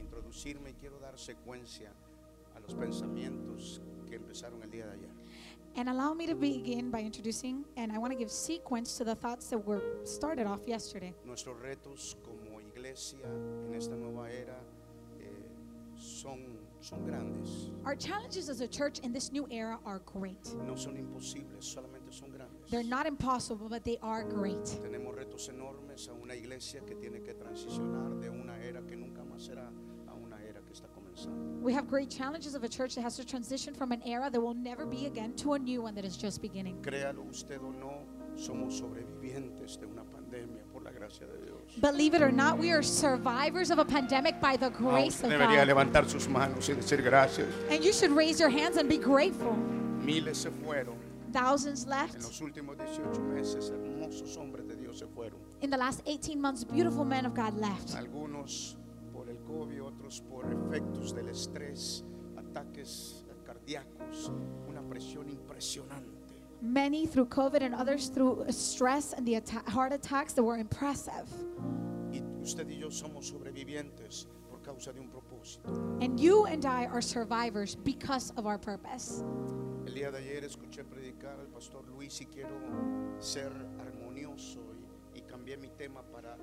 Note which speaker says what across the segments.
Speaker 1: introducirme y quiero dar secuencia a los pensamientos que empezaron el día de ayer.
Speaker 2: And allow me to begin by introducing, and I want to give sequence to the thoughts that were started off yesterday.
Speaker 1: Nuestros retos como iglesia en esta nueva era eh, son, son grandes,
Speaker 2: Our challenges as a church in this new era are great.
Speaker 1: no son imposibles, solamente son grandes.
Speaker 2: They're not impossible, but they are great.
Speaker 1: Tenemos retos enormes a una iglesia que tiene que transicionar de una era que nunca más será a una era que está comenzando.
Speaker 2: We have great challenges of a church that has to transition from an era that will never be again to a new one that is just beginning.
Speaker 1: Créalo usted o no, somos sobrevivientes de una pandemia por la gracia de Dios.
Speaker 2: Believe it or not, we are survivors of a pandemic by the
Speaker 1: Ah,
Speaker 2: grace
Speaker 1: usted
Speaker 2: of
Speaker 1: debería
Speaker 2: God.
Speaker 1: levantar sus manos y decir gracias.
Speaker 2: And you should raise your hands and be grateful.
Speaker 1: Miles se fueron.
Speaker 2: Thousands
Speaker 1: En
Speaker 2: left.
Speaker 1: los últimos 18 meses, hermosos hombres de Dios se fueron.
Speaker 2: In the last 18 months, beautiful men of God left.
Speaker 1: Algunos por el COVID, otros por efectos del estrés, ataques cardíacos, una presión impresionante.
Speaker 2: Many through COVID and others through stress and the atta- heart attacks that were impressive.
Speaker 1: Y usted y yo somos sobrevivientes por causa de un propósito.
Speaker 2: And you and I are survivors because of our purpose.
Speaker 1: El día de ayer escuché predicar al pastor Luis y quiero ser armonioso y, y cambié mi tema para,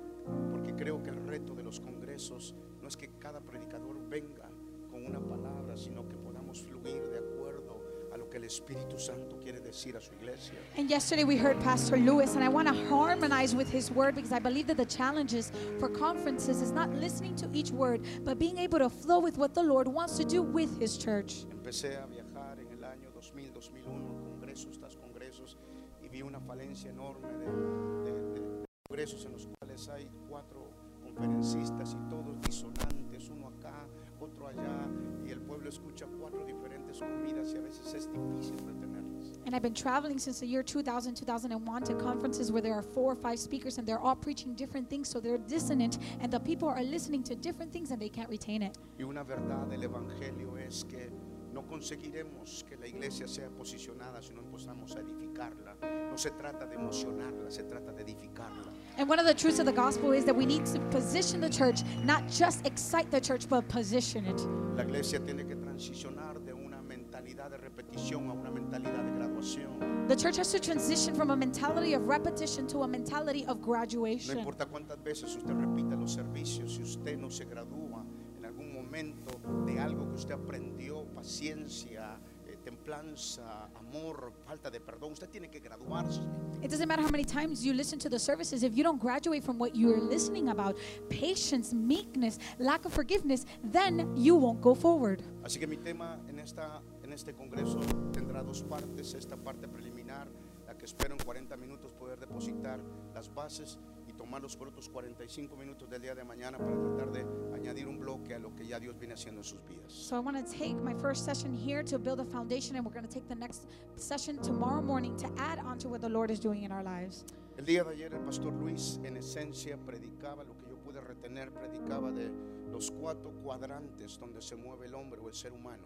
Speaker 1: porque creo que el reto de los congresos no es que cada predicador venga con una palabra, sino que podamos fluir de acuerdo a lo que el Espíritu Santo quiere decir a su iglesia.
Speaker 2: And yesterday we heard Pastor Lewis, and I want to harmonize with his word because I believe that the challenges for conferences is not listening to each word, but being able to flow with what the Lord wants to do with his church.
Speaker 1: Empecé a viajar en el año 2000-2001, congresos tras congresos, y vi una falencia enorme de, de- de- de congresos en los cuales hay cuatro conferencistas y todos disonantes, uno acá, otro allá, y el pueblo escucha cuatro diferentes comidas y a veces es difícil retenerlas.
Speaker 2: And I've been traveling since the year 2000, 2001 to conferences where there are four or five speakers and they're all preaching different things, so they're dissonant, and the people are listening to different things and they can't retain it.
Speaker 1: Y una verdad del Evangelio es que no conseguiremos que la iglesia sea posicionada si no empezamos a edificarla. No se trata de emocionarla, se trata de edificarla.
Speaker 2: And one of the truths of the gospel is that we need to position the church, not just excite the church, but position it.
Speaker 1: La iglesia tiene que transicionar de una mentalidad de repetición a una mentalidad de graduación.
Speaker 2: The church has to transition from a mentality of repetition to a mentality of
Speaker 1: No
Speaker 2: graduation.
Speaker 1: importa cuántas veces usted repita los servicios, si usted no se gradúa en algún momento de algo que usted aprendió, paciencia, eh, templanza, amor, falta de perdón, usted tiene que graduarse.
Speaker 2: It doesn't matter how many times you listen to the services, if you don't graduate from what you're listening about, patience, meekness, lack of forgiveness, then you won't go forward.
Speaker 1: Así que mi tema en, esta, en este congreso tendrá dos partes. Esta parte preliminar, la que espero en 40 minutos poder depositar las bases y tomar los otros 45 minutos del día de mañana para tratar de añadir un bloque a lo que ya Dios viene haciendo en sus vidas.
Speaker 2: So I want to take my first session here to build a foundation, and we're going to take the next session tomorrow morning to add on to what the Lord is doing in our lives.
Speaker 1: El día de ayer el pastor Luis en esencia predicaba lo que yo pude retener, predicaba de los cuatro cuadrantes donde se mueve el hombre o el ser humano.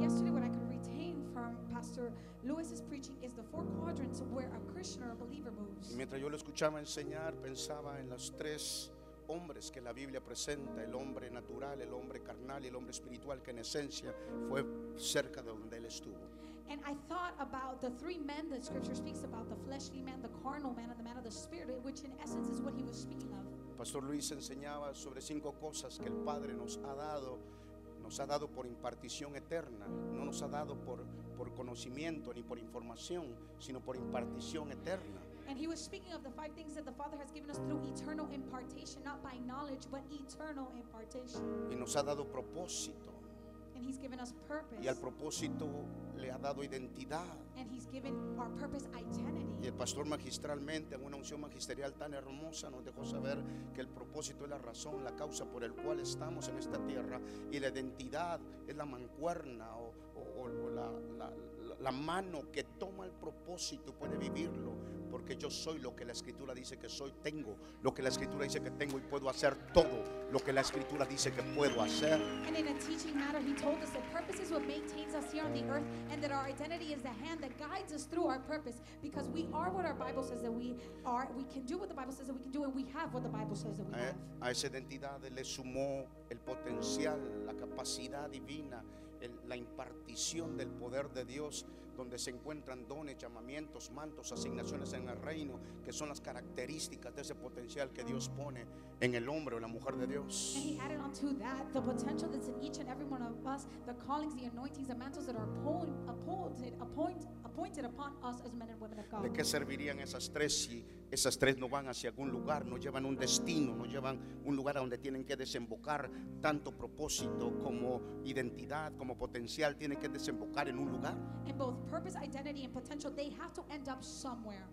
Speaker 2: Yesterday, what I could retain from Pastor Lewis's preaching is the four quadrants where a Christian or a believer moves.
Speaker 1: Y mientras yo lo escuchaba enseñar, pensaba en los tres hombres que la Biblia presenta, el hombre natural, el hombre carnal y el hombre espiritual, que en esencia fue cerca de donde él estuvo.
Speaker 2: And I thought about the three men that scripture speaks about the fleshly man, the carnal man, and the man of the spirit, which in essence is what he was speaking of.
Speaker 1: Pastor Luis enseñaba sobre cinco cosas que el Padre nos ha dado, nos ha dado por impartición eterna, no nos ha dado por, por conocimiento ni por información, sino por impartición eterna.
Speaker 2: And he was speaking of the five things that the Father has given us through eternal impartation, not by knowledge, but eternal impartation.
Speaker 1: Y nos ha dado propósito,
Speaker 2: And he's given us purpose.
Speaker 1: y al propósito le ha dado identidad.
Speaker 2: And he's given our purpose
Speaker 1: Y
Speaker 2: identity.
Speaker 1: el pastor magistralmente, en una unción magisterial tan hermosa, nos dejó saber que el propósito es la razón, la causa por el cual estamos en esta tierra y la identidad es la mancuerna o, o- o- o la, la- la- la mano que toma el propósito y puede vivirlo porque yo soy lo que la escritura dice que soy, tengo lo que la escritura dice que tengo y puedo hacer todo lo que la escritura dice que puedo hacer.
Speaker 2: And in a teaching matter, he told us that purpose is what maintains us here on the earth, and that our identity is the hand that guides us through our purpose. Because we are what our Bible says that we are. We can do what the Bible says that we can do, and we have what the Bible says that we have.
Speaker 1: A, a esa identidad le sumó el potencial, la capacidad divina, el- la impartición del poder de Dios, donde se encuentran dones, llamamientos, mantos, asignaciones en el reino, que son las características de ese potencial que Dios pone en el hombre o la mujer de Dios.
Speaker 2: And he added onto that the potential that's in each and every one of us, the callings, the anointings, the mantles that are appoint, appointed, appoint, appointed upon us as men and women of
Speaker 1: ¿De
Speaker 2: God.
Speaker 1: qué servirían esas tres si esas tres no van hacia algún lugar, no llevan un destino, no llevan un lugar a donde tienen que desembocar tanto propósito como identidad, como potencial, tienen que desembocar en un lugar?
Speaker 2: And both purpose, identity, and potential, they have to end up somewhere.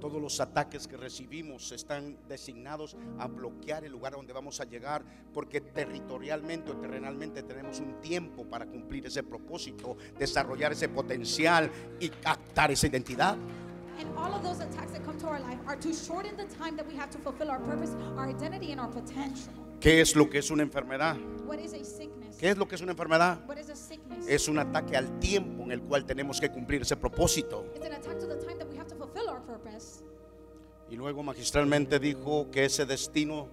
Speaker 1: Todos los ataques que recibimos están designados a bloquear el lugar a donde vamos a llegar, porque territorialmente o terrenalmente tenemos un tiempo para cumplir ese propósito, desarrollar ese potencial y captar esa identidad.
Speaker 2: And all of those attacks that come to our life are to shorten the time that we have to fulfill our purpose, our identity, and our potential.
Speaker 1: ¿Qué es lo que es una enfermedad?
Speaker 2: What is a sickness?
Speaker 1: ¿Qué es lo que es una enfermedad?
Speaker 2: What is a sickness?
Speaker 1: Es un ataque al tiempo en el cual tenemos que cumplir ese propósito.
Speaker 2: It's an attack to the time that we have to fulfill our purpose.
Speaker 1: Y luego magistralmente dijo que ese destino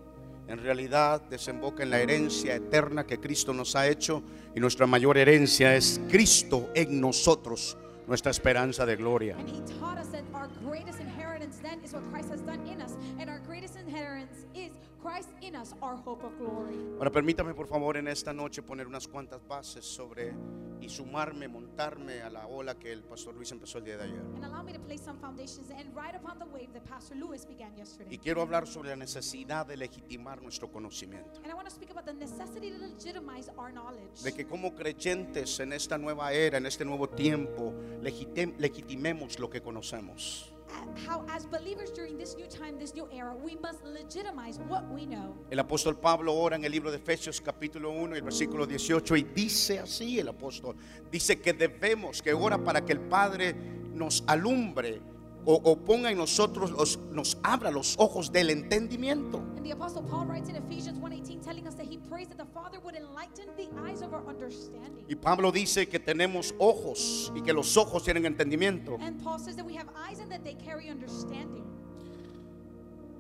Speaker 1: en realidad desemboca en la herencia eterna que Cristo nos ha hecho y nuestra mayor herencia es Cristo en nosotros, nuestra esperanza de gloria.
Speaker 2: And he taught us that our greatest inheritance then is what Christ has done in us. And our greatest inheritance is Christ in us, our hope of glory.
Speaker 1: Ahora permítame por favor en esta noche poner unas cuantas bases sobre y sumarme, montarme a la ola que el pastor Luis empezó el día de ayer.
Speaker 2: And allow me to place some foundations and ride upon the wave that Pastor Lewis began
Speaker 1: Y
Speaker 2: yesterday.
Speaker 1: quiero hablar sobre la necesidad de legitimar nuestro conocimiento.
Speaker 2: And I want to speak about the necessity to legitimize our knowledge.
Speaker 1: de que como creyentes en esta nueva era, en este nuevo tiempo, legitim- legitimemos lo que conocemos.
Speaker 2: Uh, How, as believers during this new time, this new era, we must legitimize what we know.
Speaker 1: El apóstol Pablo ora en el libro de Efesios capítulo 1 y el versículo 18 y dice así el apóstol, dice que debemos, que ora para que el Padre nos alumbre o, o ponga en nosotros, los- nos abra los ojos del entendimiento.
Speaker 2: And the Apostle Paul writes in Ephesians 1.18 telling us that he prays that the Father would enlighten the eyes of our understanding.
Speaker 1: Y Pablo dice que tenemos ojos y que los ojos tienen entendimiento.
Speaker 2: And Paul says that we have eyes and that they carry understanding.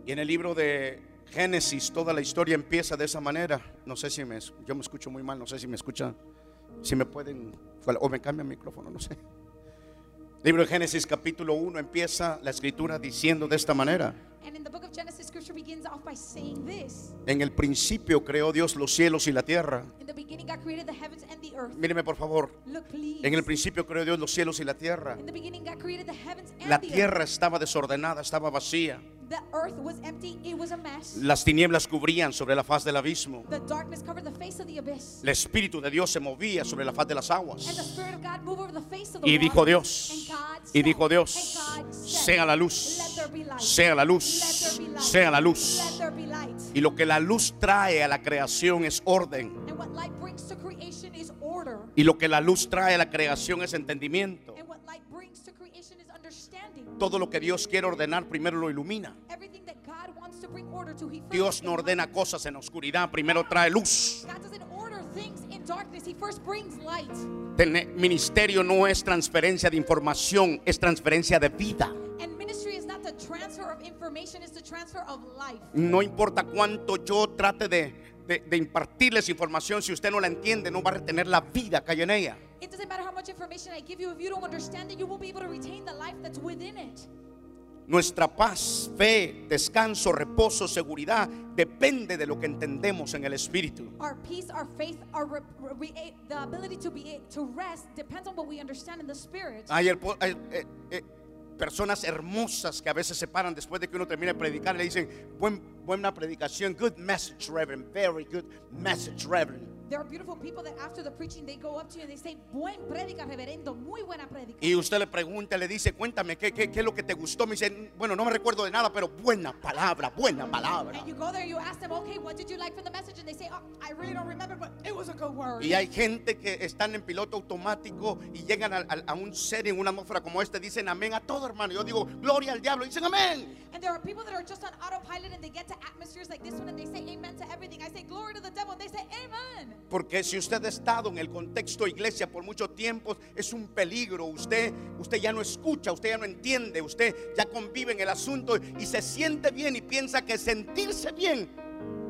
Speaker 1: Y en el libro de Génesis toda la historia empieza de esa manera. No sé si me yo me escucho muy mal, no sé si me escuchan, si me pueden o me cambian el micrófono, no sé. Libro de Génesis capítulo 1 empieza la escritura diciendo de esta manera.
Speaker 2: And in the book of Genesis, scripture begins off by saying this.
Speaker 1: En el principio creó Dios los cielos y la tierra.
Speaker 2: In the beginning, God created the heavens and the earth.
Speaker 1: Míreme por favor.
Speaker 2: Look, please.
Speaker 1: En el principio creó Dios los cielos y la tierra.
Speaker 2: In the beginning, God created the heavens and
Speaker 1: La
Speaker 2: the
Speaker 1: tierra estaba desordenada, estaba vacía.
Speaker 2: earth. The earth was empty, it was a mess.
Speaker 1: Las tinieblas cubrían sobre la faz del abismo.
Speaker 2: the darkness covered the face of the abyss.
Speaker 1: El espíritu de Dios se movía sobre la faz de las aguas.
Speaker 2: and the Spirit of God moved over the face of the
Speaker 1: Y dijo
Speaker 2: waters.
Speaker 1: Dios,
Speaker 2: And God
Speaker 1: y
Speaker 2: said,
Speaker 1: dijo Dios,
Speaker 2: and God said,
Speaker 1: sea la
Speaker 2: Let
Speaker 1: luz,
Speaker 2: there be light.
Speaker 1: sea la
Speaker 2: Let
Speaker 1: luz,
Speaker 2: there be light.
Speaker 1: sea la luz.
Speaker 2: Let there be light.
Speaker 1: Y lo que la luz trae a la creación es orden.
Speaker 2: And what light brings to creation is order.
Speaker 1: Y lo que la luz trae a la creación es entendimiento.
Speaker 2: And what light brings to creation is understanding.
Speaker 1: Todo lo que Dios quiere ordenar primero lo ilumina.
Speaker 2: Everything that God wants to bring order to, He first
Speaker 1: Dios no
Speaker 2: brings
Speaker 1: ordena
Speaker 2: light.
Speaker 1: cosas en la oscuridad, primero trae luz.
Speaker 2: God doesn't order things in darkness. He first brings light.
Speaker 1: Tene- ministerio no es transferencia de información, es transferencia de vida.
Speaker 2: And ministry is not the transfer of information, it's the transfer of life.
Speaker 1: No importa cuánto yo trate de, de- de impartirles información, si usted no la entiende, no va a retener la vida que hay en ella.
Speaker 2: It doesn't matter how much information I give you, if you don't understand it, you won't be able to retain the life that's within it.
Speaker 1: Nuestra paz, fe, descanso, reposo, seguridad depende de lo que entendemos en el Espíritu.
Speaker 2: Our peace, our faith, our re- re- the ability to be to rest depends on what we understand in the spirit.
Speaker 1: Hay, el po- hay, eh, eh, personas hermosas que a veces se paran después de que uno termina de predicar y le dicen, "Buen- buena predicación, good message, Reverend, very good message, Reverend.
Speaker 2: There are beautiful people that after the preaching they go up to you and they say, "Buen prédica, reverendo, muy buena prédica."
Speaker 1: Y usted le pregunta, le dice, cuéntame, ¿qué, qué, qué es lo que te gustó? Me dice, bueno, no me recuerdo de nada, pero buena palabra, buena palabra.
Speaker 2: And you go there, you ask them, "Okay, what did you like from the message?" And they say, oh, "I really don't remember, but it was a good word."
Speaker 1: Y hay gente que están en piloto automático y llegan al- al- a, un setting, una atmósfera como esta, dicen amén a todo, hermano. Yo digo, gloria al diablo, dicen amén.
Speaker 2: And there are people that are just on autopilot and they get to atmospheres like this one and they say amen to everything. I say glory to the devil and they say amen.
Speaker 1: Porque si usted ha estado en el contexto iglesia por mucho tiempo, es un peligro. Usted, usted ya no escucha, usted ya no entiende, usted ya convive en el asunto y se siente bien y piensa que sentirse bien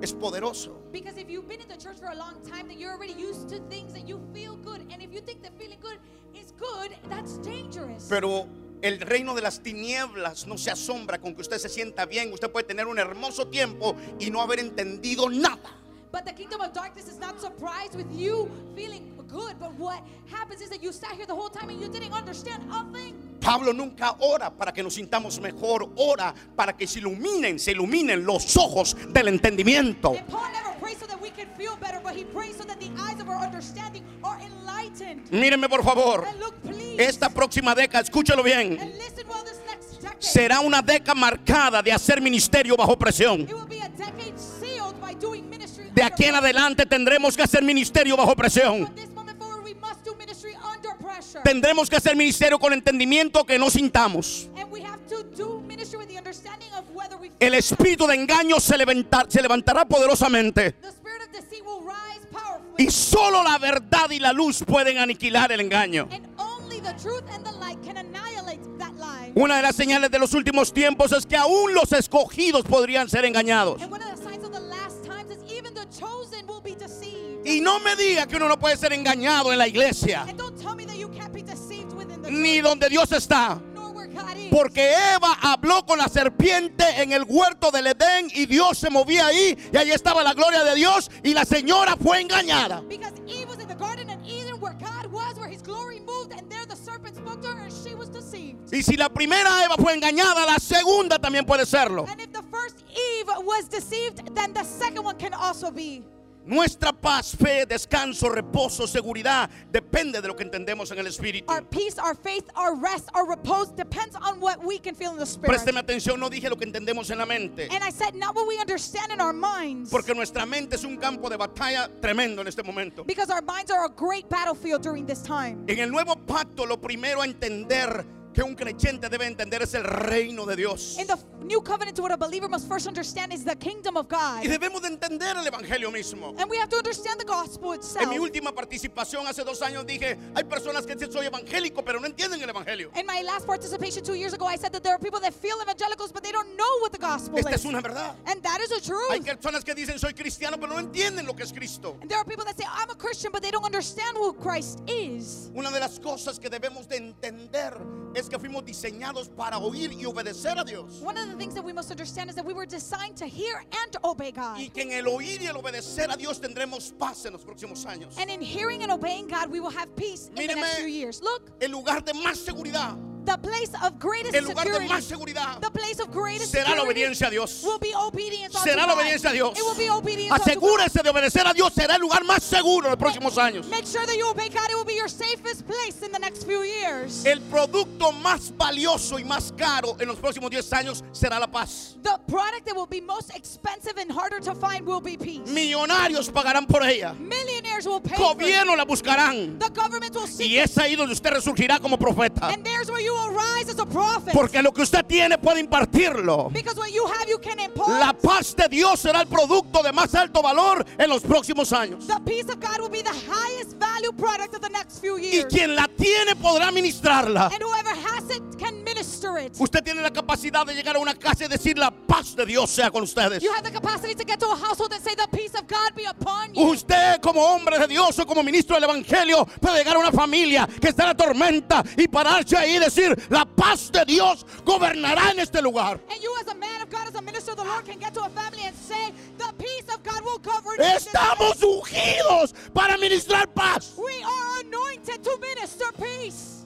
Speaker 1: es poderoso.
Speaker 2: Because if you've been in the church for a long time, then you're already used to things and you feel good. And if you think that feeling good is good, that's dangerous.
Speaker 1: Pero el reino de las tinieblas no se asombra con que usted se sienta bien. Usted puede tener un hermoso tiempo y no haber entendido nada.
Speaker 2: But the kingdom of darkness is not surprised with you feeling good. But what happens is that you sat here the whole time and you didn't understand a thing.
Speaker 1: Pablo nunca ora para que nos sintamos mejor, ora para que se iluminen, se iluminen los ojos del entendimiento.
Speaker 2: And Paul never prays so that we can feel better, but he prays so that the eyes of our understanding are enlightened.
Speaker 1: Míreme por favor,
Speaker 2: And look, please,
Speaker 1: esta próxima década, escúchelo bien,
Speaker 2: and listen well this next decade.
Speaker 1: será una década marcada de hacer ministerio bajo presión.
Speaker 2: It will be a decade sealed by doing ministry.
Speaker 1: De
Speaker 2: under
Speaker 1: aquí en
Speaker 2: pressure.
Speaker 1: adelante tendremos que hacer ministerio bajo presión.
Speaker 2: From this moment forward, we must do ministry under pressure.
Speaker 1: Tendremos que hacer ministerio con entendimiento que no sintamos.
Speaker 2: And we have to do ministry with the understanding of whether we
Speaker 1: El espíritu de engaño se, levanta- se levantará poderosamente.
Speaker 2: the spirit of deceit will rise powerfully.
Speaker 1: Y solo la verdad y la luz pueden aniquilar el engaño.
Speaker 2: And only the truth and the light can annihilate that lie.
Speaker 1: Una de las señales de los últimos tiempos es que aún los escogidos podrían ser engañados.
Speaker 2: And one of the signs of the last times is even the chosen will be deceived.
Speaker 1: Y no me diga que uno no puede ser engañado en la iglesia,
Speaker 2: And don't tell me that you can't be deceived within the
Speaker 1: ni
Speaker 2: church,
Speaker 1: donde Dios está.
Speaker 2: nor where God is.
Speaker 1: Porque Eva habló con la serpiente en el huerto del Edén y Dios se movía ahí y ahí estaba la gloria de Dios y la señora fue engañada.
Speaker 2: Because Eve was in the garden and Eden where God was, where his glory moved, and there the serpent spoke to her and she was deceived.
Speaker 1: Y si la primera Eva fue engañada, la segunda también puede serlo.
Speaker 2: And if the first Eve was deceived, then the second one can also be.
Speaker 1: Nuestra paz, fe, descanso, reposo, seguridad depende de lo que entendemos en el Espíritu.
Speaker 2: Our peace, our faith, our rest, our repose depends on what we can feel in the spirit.
Speaker 1: Présteme atención, no dije lo que entendemos en la mente.
Speaker 2: And I said, not what we understand in our minds.
Speaker 1: Porque nuestra mente es un campo de batalla tremendo en este momento.
Speaker 2: Because our minds are a great battlefield during this time.
Speaker 1: En el nuevo pacto, lo primero a entender que un creyente debe entender es el reino de Dios.
Speaker 2: In the new covenant, what a believer must first understand is the kingdom of God.
Speaker 1: Y debemos de entender el Evangelio mismo.
Speaker 2: And we have to understand the gospel
Speaker 1: En
Speaker 2: itself.
Speaker 1: mi última participación hace dos años dije, hay personas que dicen soy evangélico, pero no entienden el Evangelio.
Speaker 2: In my last participation two years ago, I said that there are people that feel evangelicals, but they don't know what the gospel
Speaker 1: Esta es
Speaker 2: is.
Speaker 1: una verdad.
Speaker 2: And that is the truth.
Speaker 1: Hay personas que dicen soy cristiano, pero no entienden lo que es Cristo.
Speaker 2: And there are people that say, I'm a Christian, but they don't understand who Christ is.
Speaker 1: Una de las cosas que debemos de entender es que fuimos diseñados para oír y obedecer a Dios.
Speaker 2: One of the things that we must understand is that we were designed to hear and obey God.
Speaker 1: Y que en el oír y el obedecer a Dios tendremos paz en los próximos años.
Speaker 2: And in hearing and obeying God, we will have peace in the next
Speaker 1: Míreme.
Speaker 2: few years. Look,
Speaker 1: El lugar de más seguridad,
Speaker 2: the place of greatest
Speaker 1: el lugar de
Speaker 2: security,
Speaker 1: más seguridad
Speaker 2: the place of greatest
Speaker 1: será la
Speaker 2: security
Speaker 1: obediencia a Dios.
Speaker 2: will be obedience unto
Speaker 1: Será la
Speaker 2: God.
Speaker 1: obediencia a Dios.
Speaker 2: It will be obedience unto God.
Speaker 1: Asegúrese de obedecer a Dios, será el lugar más seguro en los próximos años.
Speaker 2: Make sure that you obey God. It will be your safest place in the next few years.
Speaker 1: El producto más valioso y más caro en los próximos 10 años será la paz.
Speaker 2: the product that will be most expensive and harder to find will be peace.
Speaker 1: Millonarios pagarán por ella.
Speaker 2: Millionaires will pay for it.
Speaker 1: Gobierno la buscarán.
Speaker 2: The government will seek
Speaker 1: Y es ahí donde usted resurgirá como profeta.
Speaker 2: And there's where you will rise as a prophet.
Speaker 1: Porque lo que usted tiene puede impartirlo.
Speaker 2: because what you have, you can impart.
Speaker 1: La paz de Dios será el producto de más alto valor en los próximos años.
Speaker 2: the peace of God will be the highest value product of the next few
Speaker 1: Y
Speaker 2: years.
Speaker 1: quien la tiene podrá ministrarla.
Speaker 2: and whoever has it can minister it.
Speaker 1: Usted tiene la capacidad de llegar a una casa y decir la paz de Dios sea con ustedes.
Speaker 2: You have the capacity to get to a household and say, The peace of God be upon you.
Speaker 1: Usted como hombre de Dios o como ministro del Evangelio puede llegar a una familia que está en la tormenta y pararse ahí y decir la paz de Dios gobernará en este lugar.
Speaker 2: and you, as a man of God, as a minister of the Lord, can get to a family and say, The peace of God will govern you in this place."
Speaker 1: Estamos ungidos para ministrar paz.
Speaker 2: We are anointed to minister peace.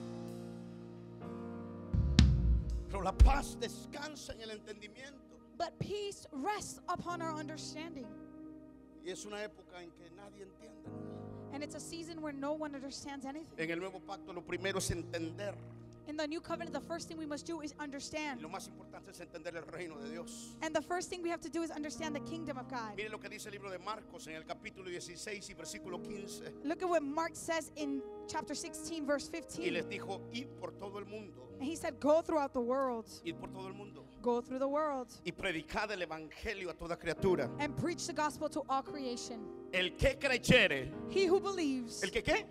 Speaker 1: Pero la paz descansa en el entendimiento.
Speaker 2: But peace rests upon our understanding.
Speaker 1: Y es una época en que nadie entiende.
Speaker 2: And it's a season where no one understands anything.
Speaker 1: En el nuevo pacto lo primero es entender.
Speaker 2: In the new covenant, the first thing we must do is
Speaker 1: Y
Speaker 2: understand.
Speaker 1: lo más importante es entender el reino de Dios.
Speaker 2: And the first thing we have to do is understand the kingdom of God.
Speaker 1: Mire lo que dice el libro de Marcos en el capítulo 16 y versículo 15.
Speaker 2: Look at what Mark says in chapter 16, verse
Speaker 1: Y
Speaker 2: 15.
Speaker 1: les dijo, id por todo el mundo,
Speaker 2: And he said, Go throughout the world,
Speaker 1: id por todo el mundo.
Speaker 2: go through the world,
Speaker 1: Y predicad el evangelio a toda criatura.
Speaker 2: and preach the gospel to all creation.
Speaker 1: El que creyere,
Speaker 2: He who believes,
Speaker 1: el que qué?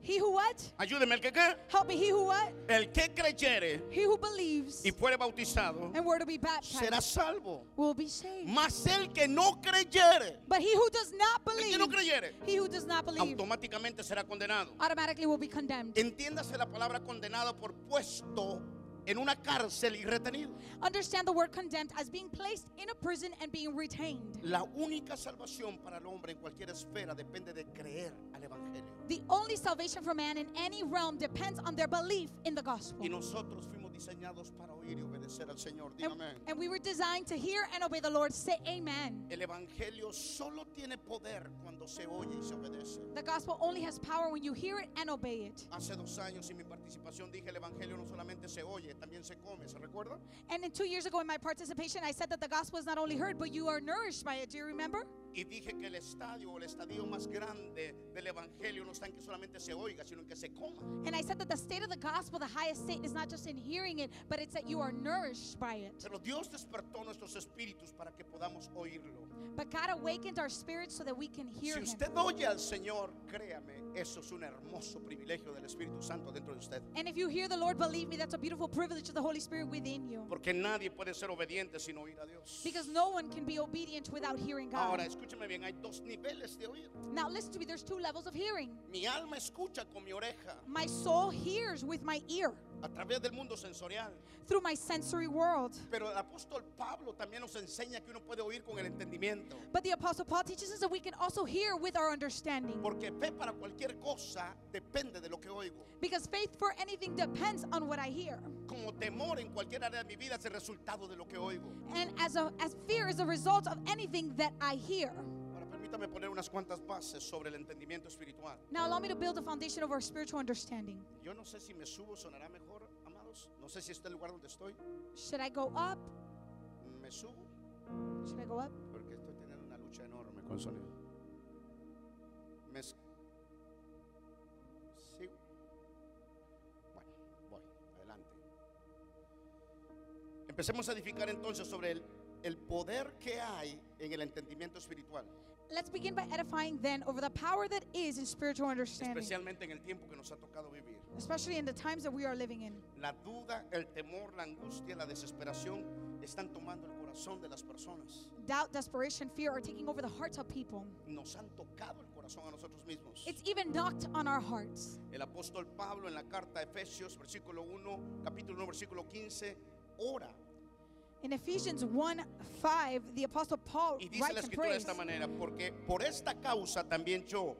Speaker 2: he who what?
Speaker 1: Ayúdeme, el que qué?
Speaker 2: Help me, he who what?
Speaker 1: El que creyere
Speaker 2: He who believes
Speaker 1: y fuere bautizado
Speaker 2: and were to be
Speaker 1: será
Speaker 2: baptized
Speaker 1: salvo.
Speaker 2: will be saved.
Speaker 1: Mas el que no creyere,
Speaker 2: But he who does not
Speaker 1: el que
Speaker 2: believe,
Speaker 1: no creyere,
Speaker 2: he who does not believe,
Speaker 1: automáticamente será condenado.
Speaker 2: automatically will be condemned.
Speaker 1: Entiéndase la palabra condenado por puesto en una cárcel y retenido.
Speaker 2: Understand the word condemned as being placed in a prison and being retained.
Speaker 1: La única salvación para el hombre en cualquier esfera depende de creer al Evangelio.
Speaker 2: The only salvation for man in any realm depends on their belief in the gospel.
Speaker 1: Y nosotros fuimos diseñados para oír y obedecer al Señor.
Speaker 2: And,
Speaker 1: Dígame.
Speaker 2: and we were designed to hear and obey the Lord. Say amen.
Speaker 1: El Evangelio solo tiene poder cuando se oye y se obedece.
Speaker 2: The gospel only has power when you hear it and obey it.
Speaker 1: Hace dos años en mi participación dije el Evangelio no solamente se oye, también se come, ¿se recuerda?
Speaker 2: And then two years ago in my participation, I said that the gospel is not only heard, but you are nourished by it. Do you remember?
Speaker 1: Y dije que el estadio o el estadio más grande del Evangelio no está en que solamente se oiga, sino en que se coma.
Speaker 2: And I said that the state of the gospel, the highest state, is not just in hearing it, but it's that you are nourished by it.
Speaker 1: Pero Dios despertó nuestros espíritus para que podamos oírlo.
Speaker 2: But God awakened our spirits so that we can hear
Speaker 1: Si
Speaker 2: Him.
Speaker 1: usted oye al Señor, créame, eso es un hermoso privilegio del Espíritu Santo dentro de usted.
Speaker 2: And if you hear the Lord, believe me, that's a beautiful privilege of the Holy Spirit within you.
Speaker 1: Porque nadie puede ser obediente sin oír a Dios.
Speaker 2: Because no one can be obedient without hearing God.
Speaker 1: Ahora, escúcheme bien, hay dos niveles de oír.
Speaker 2: Now, listen to me, there's two levels of hearing.
Speaker 1: Mi alma escucha con mi oreja
Speaker 2: My soul hears with my ear
Speaker 1: a través del mundo sensorial.
Speaker 2: through my sensory world.
Speaker 1: Pero el apóstol Pablo también nos enseña que uno puede oír con el entendimiento.
Speaker 2: But the Apostle Paul teaches us that we can also hear with our understanding.
Speaker 1: Porque fe para cualquier cosa depende de lo que oigo.
Speaker 2: Because faith for anything depends on what I hear.
Speaker 1: Como temor en cualquier área de mi vida es el resultado de lo que oigo.
Speaker 2: And as, a, as fear is a result of anything that I hear.
Speaker 1: Ahora permítame poner unas cuantas bases sobre el entendimiento espiritual.
Speaker 2: Now, allow me to build a foundation of our spiritual understanding.
Speaker 1: Yo no sé si me subo, sonará mejor, amados. No sé si este es el lugar donde estoy.
Speaker 2: Should I go up?
Speaker 1: Me subo
Speaker 2: Should I go up?
Speaker 1: porque estoy teniendo una lucha enorme con el sonido. Me s- sigo. Bueno, voy, adelante. Empecemos a edificar entonces sobre el, el poder que hay en el entendimiento espiritual,
Speaker 2: Let's begin by edifying then over the power that is in spiritual understanding,
Speaker 1: especialmente en el tiempo que nos ha tocado vivir.
Speaker 2: especially in the times that we are living in.
Speaker 1: La duda, el temor, la angustia, la desesperación están tomando el corazón de las personas.
Speaker 2: Doubt, desperation, fear are taking over the hearts of people.
Speaker 1: Nos han tocado el corazón a nosotros mismos.
Speaker 2: It's even knocked on our hearts.
Speaker 1: El apóstol Pablo en la carta a Efesios, versículo 1, capítulo 1, versículo 15, ora
Speaker 2: In Ephesians 1 5, the Apostle Paul
Speaker 1: y dice la
Speaker 2: writes and
Speaker 1: escritura de
Speaker 2: prays.
Speaker 1: esta manera, porque por esta causa también yo,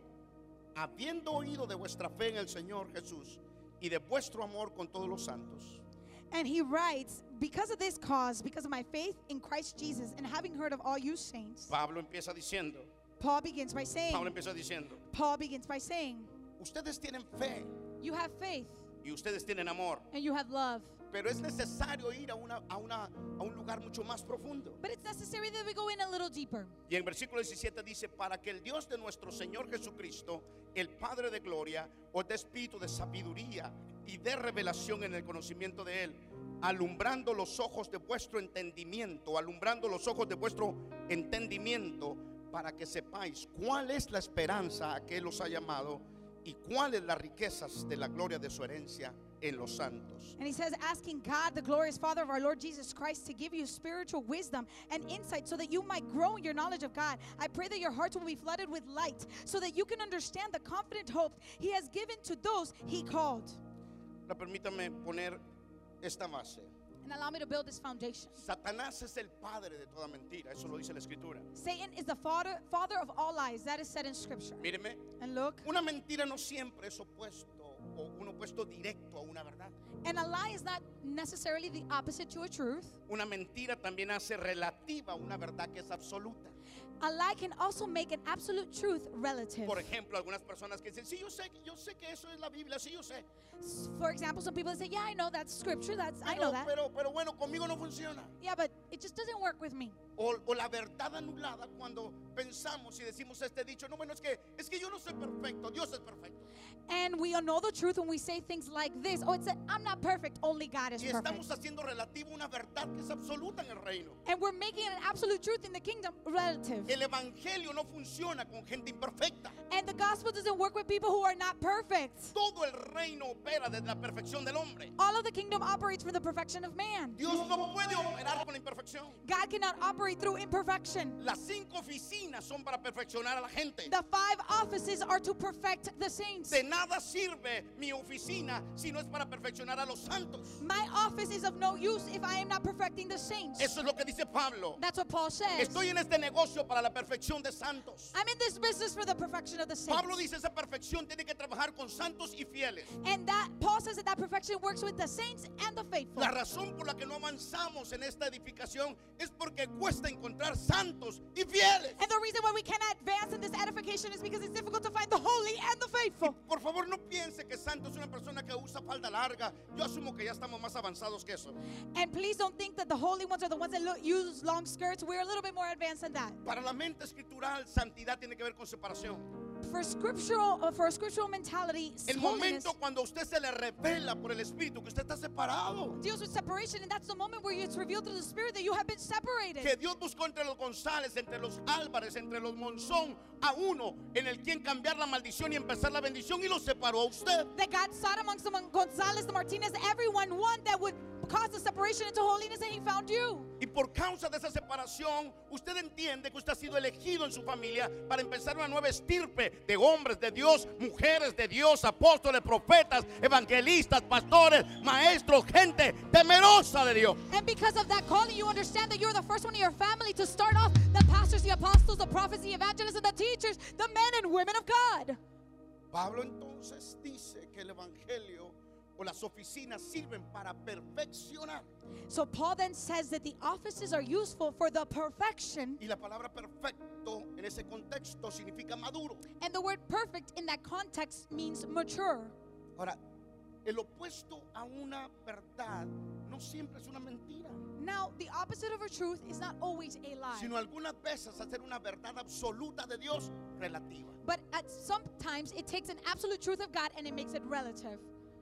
Speaker 1: habiendo oído de vuestra fe en el Señor Jesús y de vuestro amor con todos los santos,
Speaker 2: And he writes, Because of this cause, because of my faith in Christ Jesus, and having heard of all you saints,
Speaker 1: Pablo empieza diciendo,
Speaker 2: Paul begins by saying,
Speaker 1: Pablo empieza diciendo,
Speaker 2: Paul begins by saying,
Speaker 1: ustedes tienen fe
Speaker 2: You have faith
Speaker 1: y ustedes tienen amor,
Speaker 2: and you have love.
Speaker 1: pero es necesario ir a, una, a, una, a un lugar mucho más profundo.
Speaker 2: But it's necessary that we go in a little deeper.
Speaker 1: Y en versículo 17 dice, para que el Dios de nuestro Señor Jesucristo, el Padre de Gloria, os dé espíritu de sabiduría y de revelación en el conocimiento de Él, alumbrando los ojos de vuestro entendimiento, alumbrando los ojos de vuestro entendimiento, para que sepáis cuál es la esperanza a que Él os ha llamado y cuáles las riquezas de la gloria de su herencia en los santos.
Speaker 2: And he says, asking God, the glorious Father of our Lord Jesus Christ, to give you spiritual wisdom and insight so that you might grow in your knowledge of God. I pray that your hearts will be flooded with light so that you can understand the confident hope he has given to those he called.
Speaker 1: Ahora permítame poner esta base.
Speaker 2: And allow me to build this foundation.
Speaker 1: Satanás es el padre de toda mentira, eso lo dice la escritura.
Speaker 2: Satan is the father, father of all lies. That is said in scripture.
Speaker 1: Míreme,
Speaker 2: And look,
Speaker 1: una mentira no siempre es opuesto o un opuesto directo a una verdad.
Speaker 2: And a lie is not necessarily the opposite to a truth.
Speaker 1: Una mentira también hace relativa una verdad que es absoluta.
Speaker 2: A lie can also make an absolute truth relative.
Speaker 1: Por ejemplo, algunas personas que dicen, sí, yo sé, yo sé que eso es la Biblia, sí, yo sé.
Speaker 2: S- For example, some people say, "Yeah, I know that's scripture. That's I
Speaker 1: Pero,
Speaker 2: know that."
Speaker 1: pero, pero bueno, conmigo no funciona.
Speaker 2: Yeah, but it just doesn't work with me.
Speaker 1: O, o la verdad anulada cuando pensamos y decimos este dicho, no, bueno, es que, es que yo no soy perfecto, Dios es perfecto.
Speaker 2: And we all know the truth when we say things like this. Oh, it's a, I'm not perfect. Only God is
Speaker 1: Y
Speaker 2: perfect.
Speaker 1: estamos haciendo relativo una verdad que es absoluta en el reino.
Speaker 2: And we're making an absolute truth in the kingdom relative.
Speaker 1: El evangelio no funciona con gente imperfecta.
Speaker 2: And the gospel doesn't work with people who are not perfect.
Speaker 1: Todo el reino opera desde la perfección del hombre.
Speaker 2: All of the kingdom operates from the perfection of man.
Speaker 1: Dios no puede operar con la imperfección.
Speaker 2: God cannot operate through imperfection.
Speaker 1: Las cinco oficinas son para perfeccionar a la gente.
Speaker 2: The five offices are to perfect the saints.
Speaker 1: De nada sirve mi oficina si no es para perfeccionar a los santos.
Speaker 2: My office is of no use if I am not perfecting the saints.
Speaker 1: Eso es lo que dice Pablo.
Speaker 2: That's what Paul says.
Speaker 1: Estoy en este negocio para la perfección de santos.
Speaker 2: I'm in this business for the perfection of the saints.
Speaker 1: Pablo dice esa perfección tiene que trabajar con santos y fieles.
Speaker 2: And that Paul says that that perfection works with the saints and the faithful.
Speaker 1: La razón por la que no avanzamos en esta edificación es porque cuesta encontrar santos y fieles.
Speaker 2: And the reason why we cannot advance in this edification is because it's difficult to find the holy and the faithful.
Speaker 1: Por favor, no piense que santo es una persona que usa falda larga. Yo asumo que ya estamos más avanzados que eso.
Speaker 2: And please don't think that the holy ones are the ones that lo- use long skirts. We're a little bit more advanced than that.
Speaker 1: Para la mente escritural, santidad tiene que ver con separación.
Speaker 2: For scriptural, uh, for a scriptural mentality,
Speaker 1: El
Speaker 2: holiness
Speaker 1: momento cuando a usted se le revela por el Espíritu que usted está separado.
Speaker 2: deals with separation, and that's the moment where it's revealed through the Spirit that you have been separated.
Speaker 1: Que Dios buscó entre los González, entre los Álvarez, entre los Monzón, a uno en el quien cambiar la maldición y empezar la bendición y lo separó a usted.
Speaker 2: That God sought amongst the Mon- Gonzalez, the Martinez, everyone, one that would cause the separation into holiness, and He found you.
Speaker 1: Y por causa de esa separación, usted entiende que usted ha sido elegido en su familia para empezar una nueva estirpe de hombres de Dios, mujeres de Dios, apóstoles, profetas, evangelistas, pastores, maestros, gente temerosa de Dios.
Speaker 2: And because of that calling, you understand that you're the first one in your family to start off the pastors, the apostles, the prophets, the evangelists, and the teachers, the men and women of God.
Speaker 1: Pablo entonces dice que el evangelio o las oficinas sirven para perfeccionar.
Speaker 2: So Paul then says that the offices are useful for the perfection,
Speaker 1: Y la palabra perfecto en ese contexto significa maduro.
Speaker 2: and the word perfect in that context means mature.
Speaker 1: Ahora, el opuesto a una verdad no siempre es una mentira.
Speaker 2: Now, the opposite of a truth is not always a lie,
Speaker 1: sino algunas veces hacer una verdad absoluta de Dios relativa.
Speaker 2: but at sometimes it takes an absolute truth of God and it makes it relative.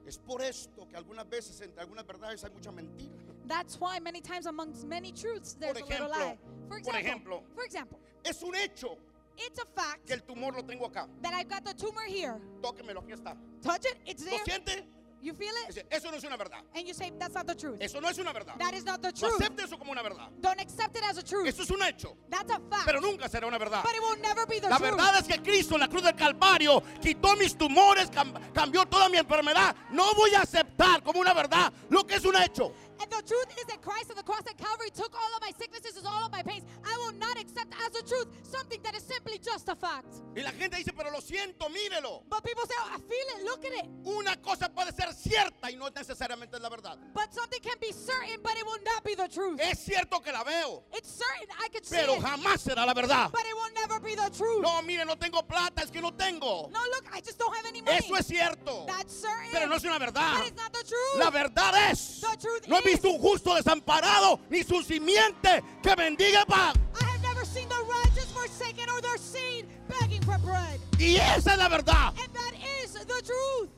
Speaker 1: Es por esto que algunas veces entre algunas verdades hay mucha mentira.
Speaker 2: That's why many times amongst many truths there's a little
Speaker 1: ejemplo,
Speaker 2: lie.
Speaker 1: por
Speaker 2: For example,
Speaker 1: ejemplo.
Speaker 2: for example,
Speaker 1: Es un hecho
Speaker 2: it's a fact
Speaker 1: que el tumor lo tengo acá.
Speaker 2: that I've got the tumor here.
Speaker 1: Tóquemelo, aquí está. ¿Lo
Speaker 2: Touch it, it's there.
Speaker 1: siente?
Speaker 2: You feel it,
Speaker 1: Dice, Eso no es una verdad.
Speaker 2: and you say that's not the truth.
Speaker 1: Eso no es una verdad.
Speaker 2: That is not the
Speaker 1: No
Speaker 2: truth.
Speaker 1: acepte eso como una verdad.
Speaker 2: Don't accept it as a truth.
Speaker 1: Eso es un hecho,
Speaker 2: That's a fact.
Speaker 1: pero nunca será una verdad.
Speaker 2: But it will never be the
Speaker 1: La
Speaker 2: truth.
Speaker 1: verdad es que Cristo en la cruz del Calvario quitó mis tumores, cam- cambió toda mi enfermedad. No voy a aceptar como una verdad lo que es un hecho.
Speaker 2: And the truth is that Christ on the cross at Calvary took all of my sicknesses and all of my pains. I will not accept as a truth something that is simply just a fact.
Speaker 1: Y la gente dice, pero lo siento, mírelo.
Speaker 2: But people say, oh, I feel it, look at it.
Speaker 1: Una cosa puede ser cierta y no necesariamente es la verdad.
Speaker 2: But something can be certain, but it will not be the truth.
Speaker 1: Es cierto que la veo,
Speaker 2: It's certain, I could see
Speaker 1: Eh? pero
Speaker 2: it,
Speaker 1: jamás será la verdad.
Speaker 2: but it will never be the truth.
Speaker 1: No, mire, no tengo plata, es que no tengo.
Speaker 2: No, look, I just don't have any money.
Speaker 1: Eso es cierto,
Speaker 2: That's certain,
Speaker 1: pero no es una verdad.
Speaker 2: but it's not the truth.
Speaker 1: La verdad es,
Speaker 2: The truth
Speaker 1: no he
Speaker 2: is-
Speaker 1: visto un justo desamparado ni su simiente que bendiga el pan.
Speaker 2: I have never seen the righteous forsaken or their seed begging for bread.
Speaker 1: Y esa es la verdad.
Speaker 2: And that is the truth.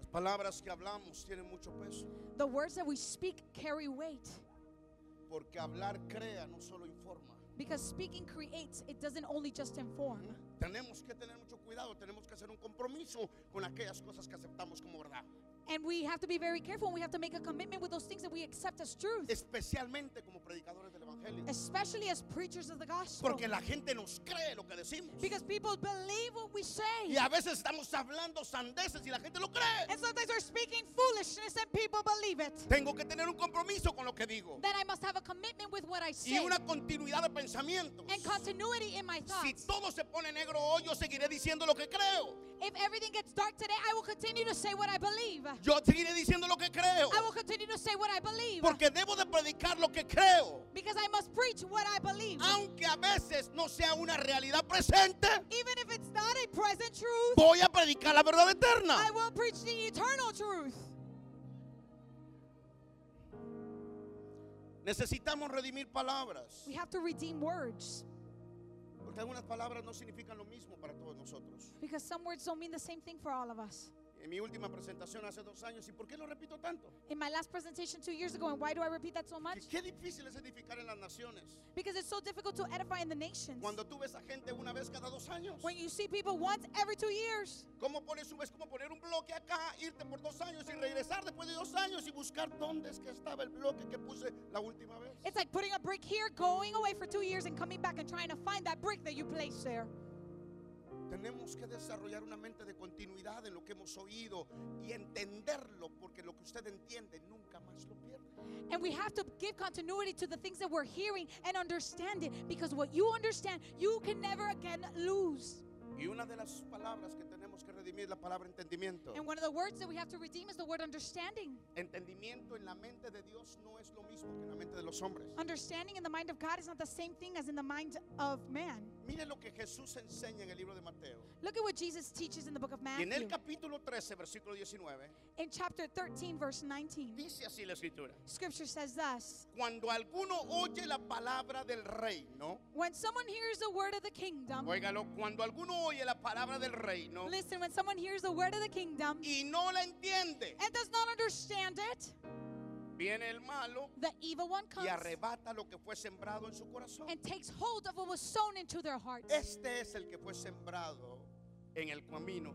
Speaker 1: Las palabras que hablamos tienen mucho peso,
Speaker 2: The words that we speak carry weight
Speaker 1: porque hablar crea, no solo informa.
Speaker 2: because speaking creates, it doesn't only just inform.
Speaker 1: Tenemos que tener mucho cuidado, tenemos que hacer un compromiso con aquellas cosas que aceptamos como verdad.
Speaker 2: And we have to be very careful and we have to make a commitment with those things that we accept as truth,
Speaker 1: especialmente como predicadores del evangelio,
Speaker 2: especially as preachers of the gospel.
Speaker 1: porque la gente nos cree lo que decimos.
Speaker 2: Because people believe what we
Speaker 1: Y
Speaker 2: say.
Speaker 1: a veces estamos hablando sandeces y la gente lo cree.
Speaker 2: And sometimes we're speaking foolishness and people believe it.
Speaker 1: Tengo que tener un compromiso con lo que digo.
Speaker 2: Then I must have a commitment with what I
Speaker 1: y
Speaker 2: say
Speaker 1: una continuidad de pensamientos.
Speaker 2: and continuity in my
Speaker 1: Si
Speaker 2: thoughts.
Speaker 1: todo se pone negro hoy, yo seguiré diciendo lo que creo.
Speaker 2: If everything gets dark today, I will continue to say what I believe. I
Speaker 1: Yo seguiré diciendo lo que creo.
Speaker 2: will continue to say what I believe
Speaker 1: Porque debo de predicar lo que creo.
Speaker 2: because I must preach what I believe.
Speaker 1: Aunque a veces no sea una realidad presente,
Speaker 2: Even if it's not a present truth,
Speaker 1: voy a predicar la verdad
Speaker 2: I
Speaker 1: eterna.
Speaker 2: will preach the eternal truth.
Speaker 1: Necesitamos redimir palabras.
Speaker 2: We have to redeem words
Speaker 1: Porque algunas palabras no significan lo mismo para todos nosotros.
Speaker 2: because some words don't mean the same thing for all of us.
Speaker 1: En mi última presentación hace dos años, ¿y por qué lo repito tanto?
Speaker 2: In my last presentation two years ago, and why do I repeat that so much?
Speaker 1: Que qué difícil es edificar en las naciones.
Speaker 2: Because it's so difficult to edify in the nations.
Speaker 1: Cuando tú ves a gente una vez cada dos años,
Speaker 2: When you see people once every two years,
Speaker 1: ¿cómo pones un, es como poner un bloque acá, irte por dos años y regresar después de dos años y buscar dónde es que estaba el bloque que puse la última vez?
Speaker 2: it's like putting a brick here, going away for two years, and coming back and trying to find that brick that you placed there.
Speaker 1: Tenemos que desarrollar una mente de continuidad en lo que hemos oído y entenderlo, porque lo que usted entiende nunca más lo pierde.
Speaker 2: And we have to give continuity to the things that we're hearing and understand it because what you understand, you can never again lose.
Speaker 1: Y una de las palabras que tenemos que redimir es la palabra entendimiento.
Speaker 2: And one of the words that we have to redeem is the word understanding.
Speaker 1: Entendimiento en la mente de Dios no es lo mismo que en la mente de los hombres.
Speaker 2: Understanding in the mind of God is not the same thing as in the mind of man.
Speaker 1: Mire lo que Jesús enseña en el libro de Mateo.
Speaker 2: Look at what Jesus teaches in the book of
Speaker 1: Y en el
Speaker 2: Matthew.
Speaker 1: capítulo 13, versículo 19,
Speaker 2: In chapter 13, verse 19,
Speaker 1: dice así la escritura.
Speaker 2: scripture says thus
Speaker 1: Cuando alguno oye la palabra del reino,
Speaker 2: When someone hears the word of the kingdom,
Speaker 1: óigalo, cuando alguno oye la palabra del reino
Speaker 2: listen, when someone hears the word of the kingdom
Speaker 1: y no la entiende,
Speaker 2: and does not understand it,
Speaker 1: viene el malo
Speaker 2: the evil one comes
Speaker 1: y arrebata lo que fue sembrado en su corazón.
Speaker 2: and takes hold of what was sown into their hearts.
Speaker 1: Este es el que fue sembrado en el camino.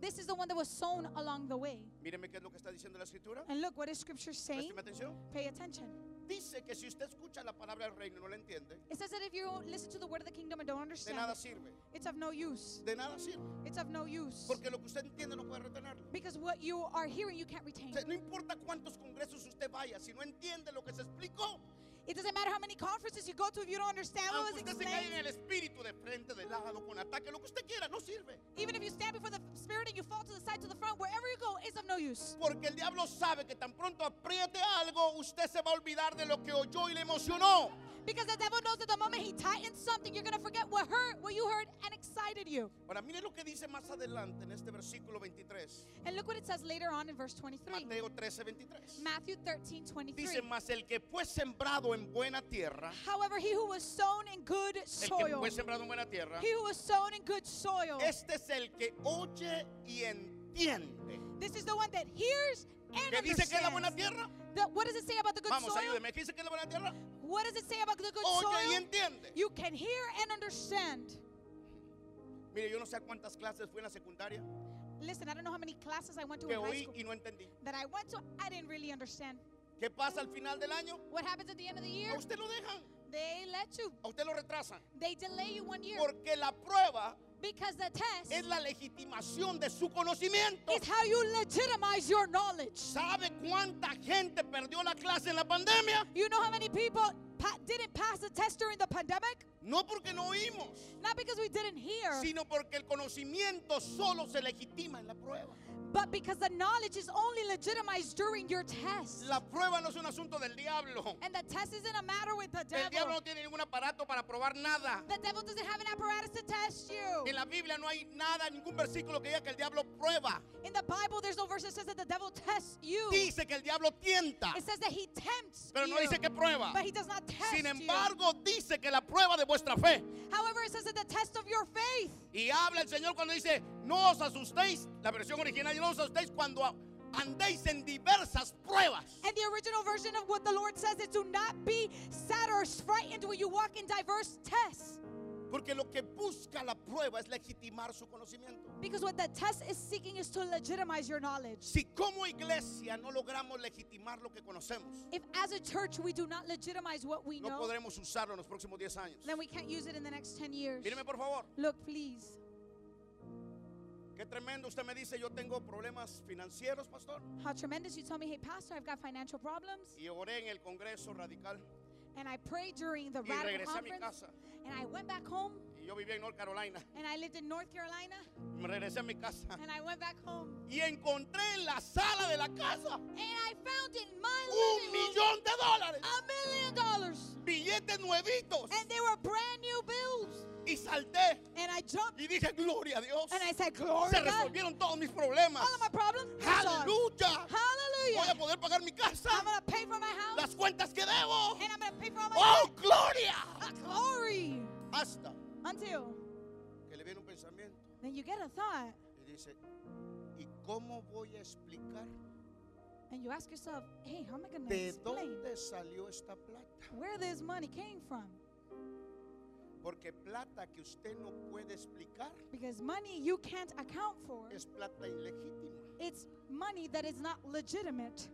Speaker 2: This is the one that was sown along the way.
Speaker 1: Míreme qué es lo que está diciendo la escritura.
Speaker 2: And look, what is scripture saying?
Speaker 1: Présteme atención.
Speaker 2: Pay attention.
Speaker 1: Dice que si usted escucha la palabra del reino y no la entiende,
Speaker 2: It says that if you listen to the word of the kingdom and don't
Speaker 1: de
Speaker 2: understand,
Speaker 1: nada
Speaker 2: it,
Speaker 1: sirve.
Speaker 2: it's of no use.
Speaker 1: De nada sirve.
Speaker 2: It's of no use.
Speaker 1: Porque lo que usted entiende no puede retenerlo.
Speaker 2: Because what you are hearing, you can't
Speaker 1: O
Speaker 2: retain.
Speaker 1: sea, no importa cuántos congresos usted vaya, si no entiende lo que se explicó,
Speaker 2: It doesn't matter how many conferences you go to if you don't understand what
Speaker 1: aunque
Speaker 2: was
Speaker 1: usted se caiga en
Speaker 2: explained.
Speaker 1: el espíritu de frente, de lado, con ataque, lo que usted quiera, no sirve.
Speaker 2: Even if you stand before the spirit and you fall to the side, to the front, wherever you go, it's of no use.
Speaker 1: Porque el diablo sabe que tan pronto apriete algo, usted se va a olvidar de lo que oyó y le emocionó.
Speaker 2: Because the devil knows that the moment he tightens something, you're gonna forget what hurt, what you heard, and excited you.
Speaker 1: Ahora mire lo que dice más adelante en este versículo 23,
Speaker 2: And look what it says later on in verse 23.
Speaker 1: Mateo 13, 23.
Speaker 2: Matthew 13,
Speaker 1: Dice,
Speaker 2: 23.
Speaker 1: mas el que fue sembrado en buena tierra,
Speaker 2: However, he who was sown in good
Speaker 1: el que
Speaker 2: soil,
Speaker 1: fue sembrado en buena tierra,
Speaker 2: he who was sown in good soil,
Speaker 1: este es el que oye y entiende.
Speaker 2: this is the one that hears and
Speaker 1: ¿Qué dice que es la buena
Speaker 2: understands.
Speaker 1: tierra?
Speaker 2: The- what does it say about the good
Speaker 1: Vamos,
Speaker 2: soil?
Speaker 1: ayúdeme. ¿Qué dice que es la buena tierra?
Speaker 2: What does it say about the good
Speaker 1: Oye y
Speaker 2: soil?
Speaker 1: entiende.
Speaker 2: You can hear and understand.
Speaker 1: Mire, yo no sé a cuántas clases fui en la secundaria
Speaker 2: Listen, I don't know how many classes I went to
Speaker 1: que
Speaker 2: in high
Speaker 1: oí
Speaker 2: school
Speaker 1: y no entendí.
Speaker 2: that I went to, I didn't really understand.
Speaker 1: ¿Qué pasa al final del año?
Speaker 2: What happens at the end of the year?
Speaker 1: A usted lo dejan,
Speaker 2: They let you.
Speaker 1: a usted lo retrasan.
Speaker 2: They delay you one year
Speaker 1: Porque la prueba
Speaker 2: because the test
Speaker 1: es la legitimación de su conocimiento.
Speaker 2: is how you legitimize your knowledge.
Speaker 1: ¿Sabe cuánta gente perdió la clase en la pandemia?
Speaker 2: You know how many people pa- didn't pass the test during the pandemic?
Speaker 1: No porque no oímos,
Speaker 2: Not because we didn't hear,
Speaker 1: sino porque el conocimiento solo se legitima en la prueba.
Speaker 2: but because the knowledge is only legitimized during your test.
Speaker 1: La prueba no es un asunto del diablo.
Speaker 2: And the test isn't a matter with the
Speaker 1: El diablo
Speaker 2: devil.
Speaker 1: no tiene ningún aparato para probar nada.
Speaker 2: The devil doesn't have an apparatus to test you.
Speaker 1: En la Biblia no hay nada, ningún versículo que diga que el diablo prueba.
Speaker 2: In the Bible, there's no verse that says that the devil tests you. It
Speaker 1: Dice que el diablo tienta,
Speaker 2: says that he tempts
Speaker 1: pero
Speaker 2: you,
Speaker 1: no dice que prueba.
Speaker 2: but he does not test
Speaker 1: Sin
Speaker 2: you.
Speaker 1: embargo, dice que la prueba de vuestra fe.
Speaker 2: However, it says that the test of your faith.
Speaker 1: Y habla el Señor cuando dice, no os asustéis. La versión original, no os asustéis cuando a- andéis en diversas pruebas.
Speaker 2: And the original version of what the Lord says is do not be sad or frightened when you walk in diverse tests.
Speaker 1: Porque lo que busca la prueba es legitimar su conocimiento.
Speaker 2: Because what the test is seeking is to legitimize your knowledge.
Speaker 1: Si como iglesia no logramos legitimar lo que conocemos,
Speaker 2: If as a church we do not legitimize what we
Speaker 1: no
Speaker 2: know,
Speaker 1: podremos usarlo en los próximos 10 años.
Speaker 2: then we can't use it in the next 10 years.
Speaker 1: Míreme por favor,
Speaker 2: Look, please.
Speaker 1: qué tremendo. Usted me dice, yo tengo problemas financieros, pastor.
Speaker 2: How tremendous. You tell me, hey, Pastor, I've got financial problems.
Speaker 1: y oré en el Congreso Radical
Speaker 2: And I prayed during the
Speaker 1: Y
Speaker 2: radical
Speaker 1: regresé a mi
Speaker 2: conference.
Speaker 1: casa.
Speaker 2: And I went back home.
Speaker 1: Y yo vivía en North Carolina.
Speaker 2: And I lived in North Carolina.
Speaker 1: Me regresé a mi casa.
Speaker 2: And I went back home.
Speaker 1: Y encontré en la sala de la casa
Speaker 2: And I found in my
Speaker 1: un
Speaker 2: living room
Speaker 1: millón de dólares.
Speaker 2: a million dollars.
Speaker 1: Billetes nuevitos.
Speaker 2: And they were brand new bills.
Speaker 1: Y salté.
Speaker 2: And I jumped.
Speaker 1: Y dije, gloria a Dios.
Speaker 2: And I said, Glory
Speaker 1: Se
Speaker 2: to God.
Speaker 1: resolvieron todos mis problemas.
Speaker 2: All of my problems. are solved.
Speaker 1: Aleluya. Voy a
Speaker 2: Hallelujah.
Speaker 1: poder pagar mi
Speaker 2: I'm
Speaker 1: casa.
Speaker 2: going to pay for my house.
Speaker 1: Las cuentas que debo.
Speaker 2: And I'm going to pay for all my
Speaker 1: ¡Oh, gloria!
Speaker 2: Uh, glory.
Speaker 1: Hasta
Speaker 2: Until
Speaker 1: que le viene un pensamiento
Speaker 2: then you get a thought.
Speaker 1: y dice, ¿y cómo voy a explicar
Speaker 2: And you ask yourself, hey, how am I going to
Speaker 1: de
Speaker 2: explain
Speaker 1: dónde salió esta plata?
Speaker 2: where this money came from?
Speaker 1: Porque plata que usted no puede explicar
Speaker 2: Because money you can't account for,
Speaker 1: es plata ilegítima.
Speaker 2: it's money that is not legitimate.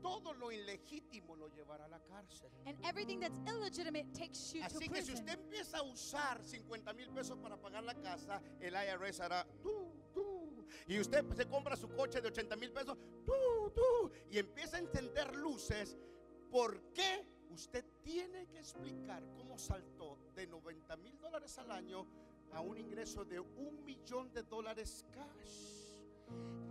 Speaker 1: Todo lo ilegítimo lo llevará a la cárcel.
Speaker 2: And everything that's illegitimate takes you
Speaker 1: Así
Speaker 2: to
Speaker 1: que si
Speaker 2: prison.
Speaker 1: usted empieza a usar 50 mil pesos para pagar la casa, el IRS hará tú, tú. Y usted se compra su coche de 80 mil pesos, tú, tú. Y empieza a encender luces. ¿Por qué usted tiene que explicar cómo saltó de 90 mil dólares al año a un ingreso de un millón de dólares cash?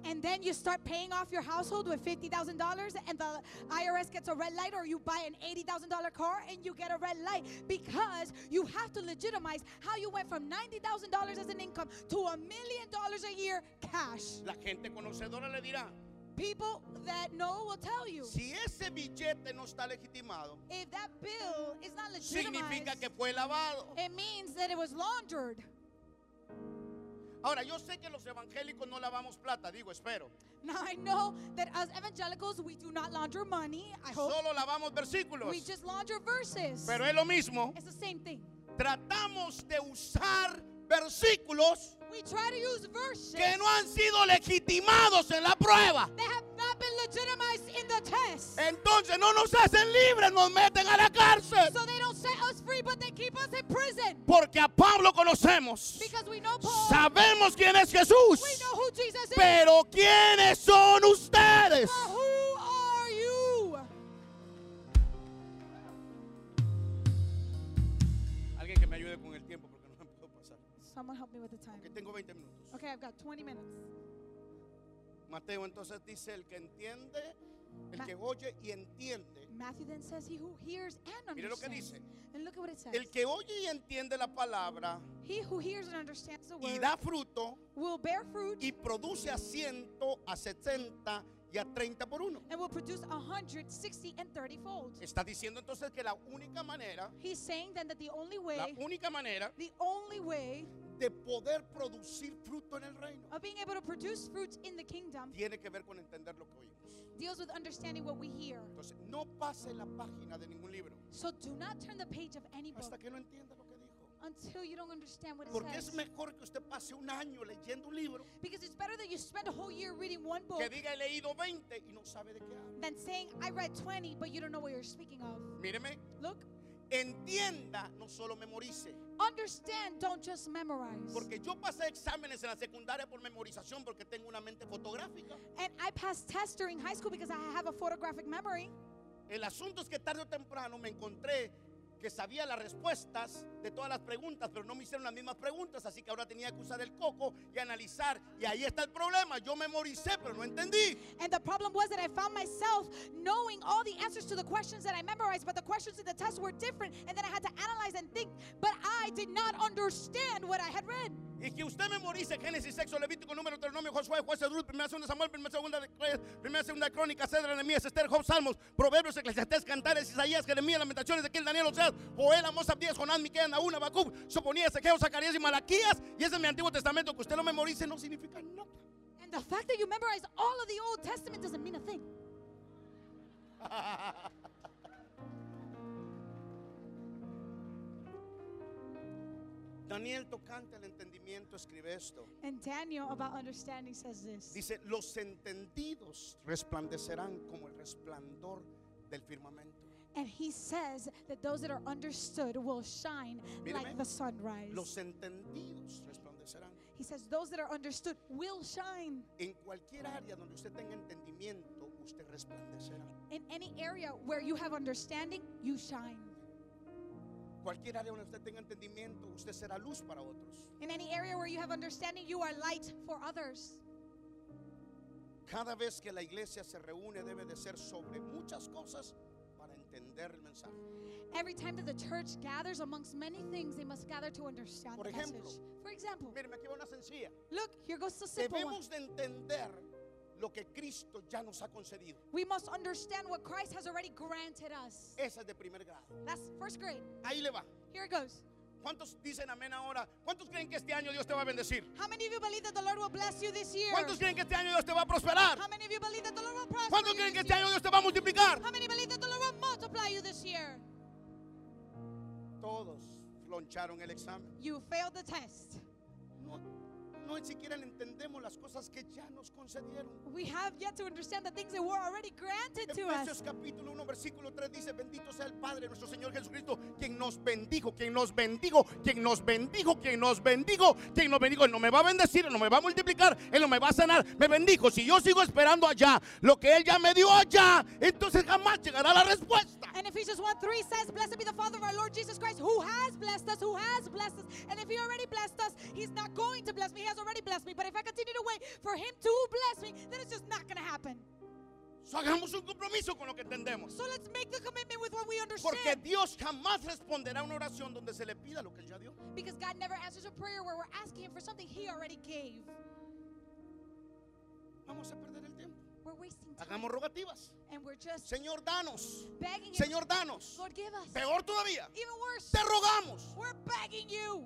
Speaker 2: And then you start paying off your household with $50,000 and the IRS gets a red light or you buy an $80,000 car and you get a red light because you have to legitimize how you went from $90,000 as an income to a million dollars a year cash.
Speaker 1: La gente conocedora le dirá,
Speaker 2: People that know will tell you
Speaker 1: si ese billete no está legitimado,
Speaker 2: if that bill is not
Speaker 1: significa
Speaker 2: legitimized,
Speaker 1: que fue lavado.
Speaker 2: it means that it was laundered.
Speaker 1: Ahora, yo sé que los evangélicos no lavamos plata, digo, espero.
Speaker 2: Now I know that as evangelicals we do not launder money. I hope
Speaker 1: Solo lavamos versículos.
Speaker 2: we just launder verses.
Speaker 1: Pero es lo mismo.
Speaker 2: It's the same thing.
Speaker 1: Tratamos de usar versículos
Speaker 2: We try to use verses
Speaker 1: que no han sido legitimados en la prueba.
Speaker 2: that have not been legitimized in the test.
Speaker 1: Eh. Entonces no nos hacen libres, nos meten a la cárcel.
Speaker 2: So they don't set us free, but they keep us in prison.
Speaker 1: Porque a Pablo conocemos.
Speaker 2: Because we know Paul,
Speaker 1: Sabemos quién es Jesús.
Speaker 2: we know who Jesus is.
Speaker 1: Pero ¿quiénes son ustedes?
Speaker 2: But who are you?
Speaker 1: Alguien que me ayude con el tiempo porque no me puedo pasar.
Speaker 2: Someone help me with the time.
Speaker 1: Que tengo 20 minutos.
Speaker 2: Okay, I've got 20 minutes.
Speaker 1: Mateo entonces dice, el que entiende, el
Speaker 2: Ma-
Speaker 1: que oye y entiende.
Speaker 2: Matthew then says, He who hears and
Speaker 1: Mire lo que
Speaker 2: understands.
Speaker 1: dice.
Speaker 2: And look at what it says.
Speaker 1: El que oye y entiende la palabra
Speaker 2: he who hears and understands the
Speaker 1: y
Speaker 2: word
Speaker 1: da fruto
Speaker 2: will bear fruit
Speaker 1: y produce a ciento, a 60 y a 30 por uno.
Speaker 2: and will produce a hundred, sixty, and thirty fold.
Speaker 1: Está diciendo entonces que la única manera,
Speaker 2: He's saying then that the only
Speaker 1: la
Speaker 2: way,
Speaker 1: única manera
Speaker 2: the only way
Speaker 1: de poder producir fruto en el reino
Speaker 2: of being able to produce fruit in the kingdom
Speaker 1: tiene que ver con entender lo que oímos.
Speaker 2: deals with understanding what we hear.
Speaker 1: Entonces, no pase la página de ningún libro
Speaker 2: So do not turn the page of any
Speaker 1: hasta
Speaker 2: book
Speaker 1: que no entienda lo que dijo.
Speaker 2: until you don't understand what
Speaker 1: Porque
Speaker 2: it
Speaker 1: es
Speaker 2: says.
Speaker 1: mejor que usted pase un año leyendo un libro
Speaker 2: Because it's better that you spend a whole year reading one
Speaker 1: que
Speaker 2: book
Speaker 1: diga he leído 20 y no sabe de qué habla.
Speaker 2: than saying, I read 20, but you don't know what you're speaking of.
Speaker 1: Míreme,
Speaker 2: Look,
Speaker 1: entienda, no solo memorice.
Speaker 2: understand, don't just memorize.
Speaker 1: Porque yo pasé exámenes en la secundaria por memorización porque tengo una mente fotográfica.
Speaker 2: And I passed tests during high school because I have a photographic memory.
Speaker 1: El asunto es que tarde o temprano me encontré que sabía las respuestas de todas las preguntas, pero no me hicieron las mismas preguntas, así que ahora tenía que usar el coco y analizar. Y ahí está el problema. Yo memoricé, pero no entendí.
Speaker 2: And the problem was that I found myself knowing all the answers to the questions that I memorized, but the questions in the test were different. And then I had to analyze and think, but I did not understand what I had read.
Speaker 1: Y que usted memorice Génesis, Sexo, Levítico, Número, Deuteronomio, Josué, Jueces, Ruth, Primera, Segunda Samuel, Primera, Segunda de Reyes, Primera, Segunda de Crónicas, Cedra, Nehemías, Esther, Job, Salmos, Proverbios, Eclesiastés, Cantares, Isaías, Jeremías, Lamentaciones, Ezequiel, Daniel, Oseas, Joel, Amos, Abdías, Jonás, Miquel, Nahum, Habacuc, Soponía, Ezequiel, Zacarías y Malaquías. Y ese es mi Antiguo Testamento, que usted lo memorice no significa nada.
Speaker 2: And the fact that you memorized all of the Old Testament doesn't mean a thing.
Speaker 1: Daniel, tocante al entendimiento, escribe esto.
Speaker 2: And Daniel about understanding says this.
Speaker 1: Dice, los entendidos resplandecerán como el resplandor del firmamento.
Speaker 2: And he says that those that are understood will shine
Speaker 1: Míreme.
Speaker 2: like the sunrise.
Speaker 1: Los entendidos resplandecerán.
Speaker 2: He says those that are understood will shine.
Speaker 1: En cualquier área donde usted tenga entendimiento, usted resplandecerá.
Speaker 2: In any area where you have understanding, you shine.
Speaker 1: Cualquier área donde usted tenga entendimiento, usted será luz para otros.
Speaker 2: In any area where you have understanding, you are light for others.
Speaker 1: Cada vez que la iglesia se reúne debe de ser sobre muchas cosas para entender el mensaje.
Speaker 2: Every time that the church gathers amongst many things, they must gather to understand
Speaker 1: Por
Speaker 2: the
Speaker 1: ejemplo.
Speaker 2: message. For example,
Speaker 1: Miren, aquí va una sencilla.
Speaker 2: look, here goes the simple one.
Speaker 1: Debemos de entender lo que Cristo ya nos ha concedido.
Speaker 2: We must understand what Christ has already granted us.
Speaker 1: Esa es de primer grado.
Speaker 2: That's first grade.
Speaker 1: Ahí le va.
Speaker 2: Here it goes.
Speaker 1: ¿Cuántos dicen amén ahora? ¿Cuántos creen que este año Dios te va a bendecir?
Speaker 2: How many of you believe that the Lord will bless you this year?
Speaker 1: ¿Cuántos creen que este año Dios te va a prosperar?
Speaker 2: How many of you believe that the Lord will prosper
Speaker 1: ¿Cuántos
Speaker 2: you
Speaker 1: creen que
Speaker 2: this
Speaker 1: este
Speaker 2: year?
Speaker 1: año Dios te va a multiplicar?
Speaker 2: How many believe that the Lord will multiply you this year?
Speaker 1: Todos loncharon el examen.
Speaker 2: You failed the test.
Speaker 1: No, no ni siquiera entendemos las cosas que ya nos concedieron.
Speaker 2: We have yet to understand the things that were already granted to
Speaker 1: Efesios
Speaker 2: us.
Speaker 1: capítulo 1 versículo 3 dice, bendito sea el Padre nuestro Señor Jesucristo, quien nos bendijo, quien nos bendijo, quien nos bendijo, quien nos bendijo, quien nos bendijo. Él no me va a bendecir, Él no me va a multiplicar, Él no me va a sanar, me bendijo. Si yo sigo esperando allá lo que Él ya me dio allá, entonces jamás llegará la respuesta.
Speaker 2: And Ephesians 1 3 says, Blessed be the Father of our Lord Jesus Christ, who has blessed us, who has blessed us. And if He already blessed us, He's not going to bless me. He has already blessed me. But if I continue to wait for Him to bless me, then it's just not going to happen.
Speaker 1: So, hagamos un compromiso con lo que entendemos.
Speaker 2: So let's make the commitment with what we
Speaker 1: Porque
Speaker 2: understand.
Speaker 1: Dios jamás responderá a una oración donde se le pida lo que Él ya dio.
Speaker 2: Because God never answers a prayer where we're asking Him for something He already gave.
Speaker 1: Vamos a perder el tiempo.
Speaker 2: We're wasting time.
Speaker 1: Hagamos rogativas.
Speaker 2: And we're just
Speaker 1: Señor, danos.
Speaker 2: begging Him,
Speaker 1: Señor, danos.
Speaker 2: Lord, give us.
Speaker 1: Peor todavía.
Speaker 2: Even worse,
Speaker 1: Te rogamos.
Speaker 2: we're begging you.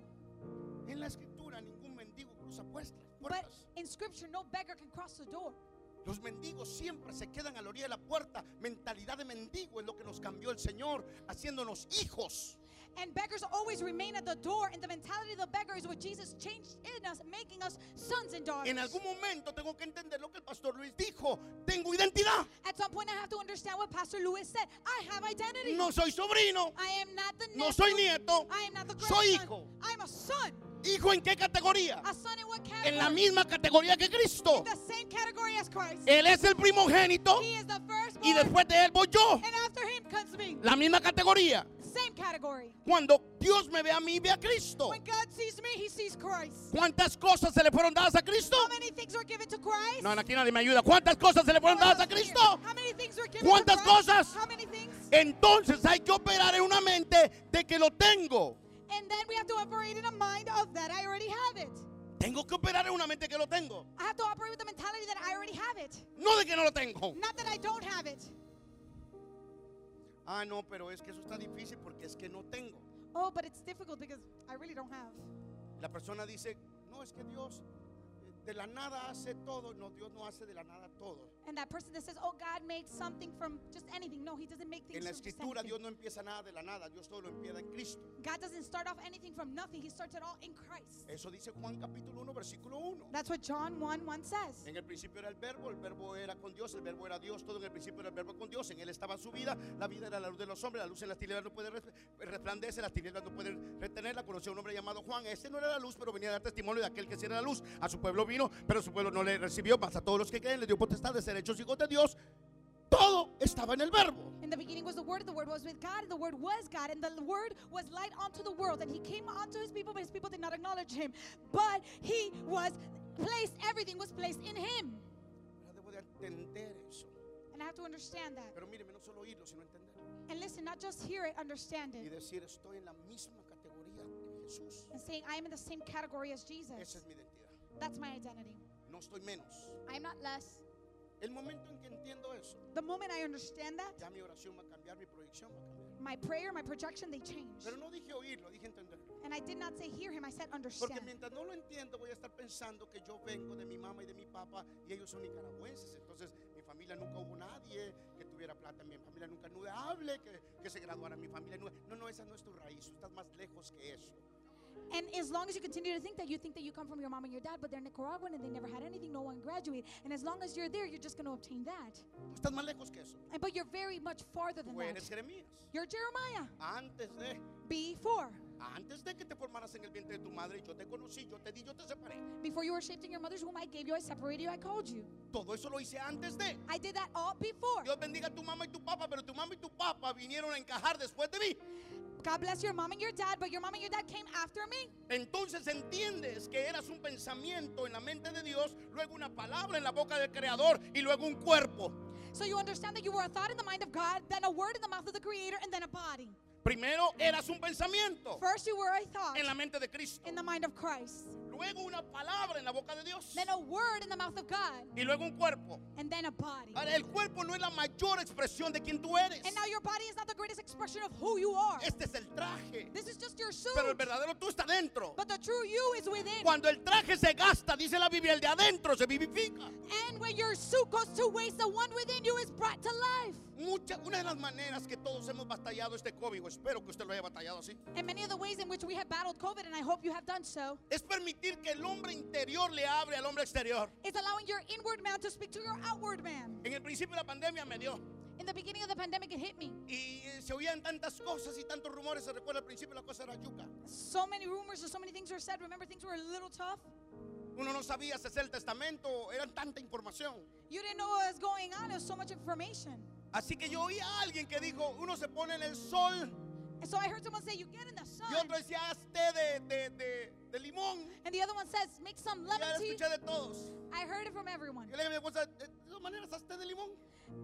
Speaker 1: En la escritura ningún mendigo cruza puestas-
Speaker 2: But
Speaker 1: puertas.
Speaker 2: in Scripture, no beggar can cross the door.
Speaker 1: Los mendigos siempre se quedan a la orilla de la puerta. Mentalidad de mendigo es lo que nos cambió el Señor, haciéndonos hijos.
Speaker 2: And beggars always remain at the door. And the mentality of the beggar is what Jesus changed in us, making us sons and daughters.
Speaker 1: En algún momento tengo que entender lo que el pastor Luis dijo. Tengo identidad.
Speaker 2: At some point, I have to understand what Pastor Lewis said. I have identity.
Speaker 1: No soy sobrino.
Speaker 2: I am not the nephew.
Speaker 1: No soy nieto.
Speaker 2: I am not the
Speaker 1: Soy
Speaker 2: grandson.
Speaker 1: hijo.
Speaker 2: I'm a son.
Speaker 1: ¿Hijo en qué categoría?
Speaker 2: A son in what category?
Speaker 1: En la misma categoría que Cristo.
Speaker 2: the same category as Christ.
Speaker 1: Él es el primogénito
Speaker 2: He is the firstborn.
Speaker 1: y después de él voy yo.
Speaker 2: and after him comes me.
Speaker 1: La misma categoría.
Speaker 2: Same category.
Speaker 1: Cuando Dios me ve a mí, ve a Cristo.
Speaker 2: When God sees me, he sees Christ.
Speaker 1: ¿Cuántas cosas se le fueron dadas a Cristo?
Speaker 2: How many things were given to Christ?
Speaker 1: No, aquí nadie me ayuda. ¿Cuántas cosas se le fueron dadas a Cristo?
Speaker 2: How many things were given
Speaker 1: ¿Cuántas
Speaker 2: to Christ?
Speaker 1: cosas?
Speaker 2: How many things?
Speaker 1: Entonces hay que operar en una mente de que lo tengo.
Speaker 2: And then we have to operate in a mind of that I already have it.
Speaker 1: Tengo que operar en una mente que lo tengo.
Speaker 2: I have to operate with the mentality that I already have it,
Speaker 1: No de que no lo tengo.
Speaker 2: not that I don't have it.
Speaker 1: Ah, no, pero es que eso está difícil porque es que no tengo.
Speaker 2: Oh, but it's difficult because I really don't have.
Speaker 1: La persona dice, no, es que Dios eh, de la nada hace todo. No, Dios no hace de la nada todo.
Speaker 2: And that person that says, "Oh, God made something from just anything." No, He doesn't make things
Speaker 1: En la
Speaker 2: from just
Speaker 1: escritura Dios
Speaker 2: anything.
Speaker 1: no empieza nada de la nada, Dios todo lo empieza en Cristo.
Speaker 2: God doesn't start off anything from nothing. He starts it all in Christ.
Speaker 1: Eso dice Juan capítulo 1, versículo 1.
Speaker 2: That's what John 1 1 says.
Speaker 1: En el principio era el verbo, el verbo era con Dios, el verbo era Dios, todo en el principio era el verbo con Dios, en él estaba su vida, la vida era la luz de los hombres, la luz en las tinieblas no puede res- resplandece, las tinieblas no pueden retenerla, conoció un hombre llamado Juan, este no era la luz, pero venía a dar testimonio de aquel que sí era la luz, a su pueblo vino, pero su pueblo no le recibió, mas a todos los que creen le dio potestad de ser hechos hijos de Dios, todo estaba en el verbo.
Speaker 2: In the beginning was the Word, the Word was with God, and the Word was God, and the Word was light unto the world. And He came unto His people, but His people did not acknowledge Him. But He was placed, everything was placed in Him.
Speaker 1: Pero debo de entender eso,
Speaker 2: And I have to understand that.
Speaker 1: pero míreme, no solo oírlo, sino entenderlo.
Speaker 2: And listen, not just hear it, understand
Speaker 1: y
Speaker 2: it.
Speaker 1: decir estoy en la misma categoría que Jesús.
Speaker 2: And saying, I am in the same category as
Speaker 1: Esa es
Speaker 2: Jesus.
Speaker 1: mi identidad.
Speaker 2: That's my identity.
Speaker 1: No estoy menos.
Speaker 2: I am not less.
Speaker 1: El momento en que entiendo eso,
Speaker 2: The moment I understand that,
Speaker 1: ya mi oración va a cambiar, mi proyección va a cambiar.
Speaker 2: my prayer, my projection, they change.
Speaker 1: Pero no dije oírlo, dije entenderlo.
Speaker 2: And I did not say hear Him, I said
Speaker 1: Porque
Speaker 2: understand.
Speaker 1: mientras no lo entiendo, voy a estar pensando que yo vengo de mi mamá y de mi papá y ellos son nicaragüenses. Entonces, mi familia nunca hubo nadie que tuviera plata. Mi familia nunca nube hable, que, que se graduara. Mi familia nunca- No, no, esa no es tu raíz. Tú estás más lejos que eso.
Speaker 2: And as long as you continue to think that you think that you come from your mom and your dad, but they're Nicaraguan and they never had anything, no one graduated. And as long as you're there, you're just going to obtain that.
Speaker 1: Tú estás más lejos que eso.
Speaker 2: And, but you're very much farther than
Speaker 1: Tú eres
Speaker 2: that.
Speaker 1: Jeremías.
Speaker 2: You're Jeremiah
Speaker 1: Antes de
Speaker 2: before.
Speaker 1: Antes de que te formaras en el vientre de tu madre, yo te conocí, yo te di, yo te separé.
Speaker 2: Before you were shaped in your mother's womb, I gave you, I separated you, I called you.
Speaker 1: Todo eso lo hice antes de.
Speaker 2: I did that all before.
Speaker 1: Dios bendiga a tu mamá y tu papá, pero tu mamá y tu papá vinieron a encajar después de mí.
Speaker 2: God bless your mom and your dad, but your mom and your dad came after me.
Speaker 1: Entonces entiendes que eras un pensamiento en la mente de Dios, luego una palabra en la boca del Creador y luego un cuerpo.
Speaker 2: So you understand that you were a thought in the mind of God, then a word in the mouth of the Creator, and then a body.
Speaker 1: Primero eras un pensamiento
Speaker 2: First, you were a thought
Speaker 1: en la mente de Cristo,
Speaker 2: in the mind of Christ,
Speaker 1: luego una palabra en la boca de Dios
Speaker 2: then a word in the mouth of God,
Speaker 1: y luego un cuerpo.
Speaker 2: and then a body.
Speaker 1: Ahora, el cuerpo no es la mayor expresión de quien tú eres.
Speaker 2: And now your body is not the greatest expression of who you are.
Speaker 1: Este es el traje,
Speaker 2: This is just your suit,
Speaker 1: pero el verdadero tú está dentro.
Speaker 2: but the true you is within.
Speaker 1: Cuando el traje se gasta, dice la Biblia, el de adentro se vivifica.
Speaker 2: And when your suit goes to waste, the one within you is brought to life.
Speaker 1: Mucha- una de las maneras que todos hemos batallado este COVID, o espero que usted lo haya batallado así,
Speaker 2: And many of the ways in which we have battled COVID, and I hope you have done so,
Speaker 1: es permitir que el hombre interior le abre al hombre exterior.
Speaker 2: is allowing your inward man to speak to your outward man.
Speaker 1: En el principio de la pandemia me dio.
Speaker 2: In the beginning of the pandemic, it hit me.
Speaker 1: Y eh, se oían tantas cosas y tantos rumores. Se recuerda al principio la cosa era yuca.
Speaker 2: So many rumors and so many things were said. Remember, things were a little tough.
Speaker 1: Uno no sabía si hacer el testamento, era tanta información.
Speaker 2: You didn't know what was going on. There was so much information.
Speaker 1: Así que yo oí a alguien que dijo, uno se pone en el sol
Speaker 2: And so I heard someone say, You get in the sun.
Speaker 1: y otro decía, hazte de, de, de, de limón.
Speaker 2: And the other one says, Make some
Speaker 1: Ya
Speaker 2: lemon
Speaker 1: la
Speaker 2: tea.
Speaker 1: escuché de todos.
Speaker 2: I heard it from everyone.
Speaker 1: Yo le dije a mi esposa, de todas maneras, hazte de limón.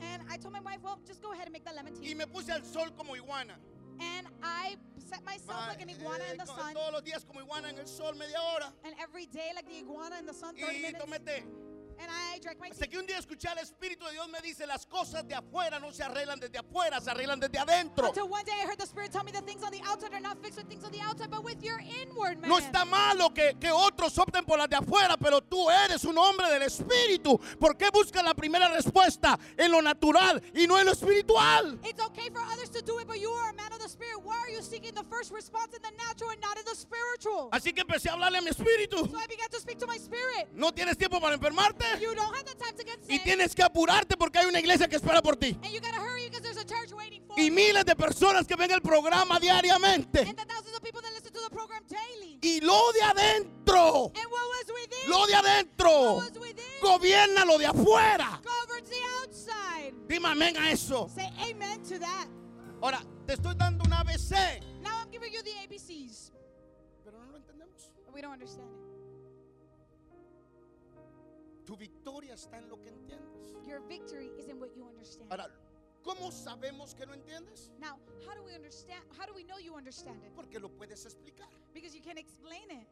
Speaker 2: And I told my wife, Well, just go ahead and make that lemon
Speaker 1: Y
Speaker 2: tea.
Speaker 1: me puse al sol como iguana.
Speaker 2: And I set myself
Speaker 1: Ma-
Speaker 2: like an iguana
Speaker 1: eh,
Speaker 2: in the
Speaker 1: co-
Speaker 2: sun.
Speaker 1: Todos los días como iguana en el sol media hora.
Speaker 2: And every day, like the iguana in the sun,
Speaker 1: Y
Speaker 2: 30 minutes.
Speaker 1: tomé té.
Speaker 2: And I drank my
Speaker 1: Hasta
Speaker 2: tea.
Speaker 1: que un día escuché al Espíritu de Dios me dice, las cosas de afuera no se arreglan desde afuera, se arreglan desde adentro.
Speaker 2: Until one day I heard the Spirit tell me the things on the outside are not fixed with things on the outside, but with your inward man.
Speaker 1: No está malo que, que otros opten por las de afuera, pero tú eres un hombre del Espíritu. ¿Por qué buscas la primera respuesta en lo natural y no en lo espiritual?
Speaker 2: It's okay for others to do it, but you are a man of the spirit. Why are you seeking the first response in the natural and not in the spiritual?
Speaker 1: Así que empecé a hablarle a mi espíritu.
Speaker 2: So I began to speak to my spirit.
Speaker 1: No tienes tiempo para enfermarte
Speaker 2: You don't have the time to get
Speaker 1: y
Speaker 2: sick.
Speaker 1: tienes que apurarte porque hay una iglesia que espera por ti.
Speaker 2: and you gotta hurry because there's a church waiting for
Speaker 1: Y
Speaker 2: you.
Speaker 1: miles de personas que ven el programa diariamente.
Speaker 2: And the thousands of people that listen to the program daily.
Speaker 1: Y lo de adentro,
Speaker 2: And what was within?
Speaker 1: lo de
Speaker 2: what
Speaker 1: adentro,
Speaker 2: was within?
Speaker 1: gobierna lo de afuera.
Speaker 2: Go over to the outside.
Speaker 1: Dime amén a eso.
Speaker 2: Say amen to that.
Speaker 1: Ahora, te estoy dando una ABC,
Speaker 2: Now I'm giving you the ABCs.
Speaker 1: pero no lo entendemos.
Speaker 2: We don't understand it.
Speaker 1: Tu victoria está en lo que entiendes.
Speaker 2: Your victory is in what you understand.
Speaker 1: Ahora, ¿cómo sabemos que no entiendes?
Speaker 2: Now, how do we understand? How do we know you understand it?
Speaker 1: Porque lo puedes explicar.
Speaker 2: Because you can explain it.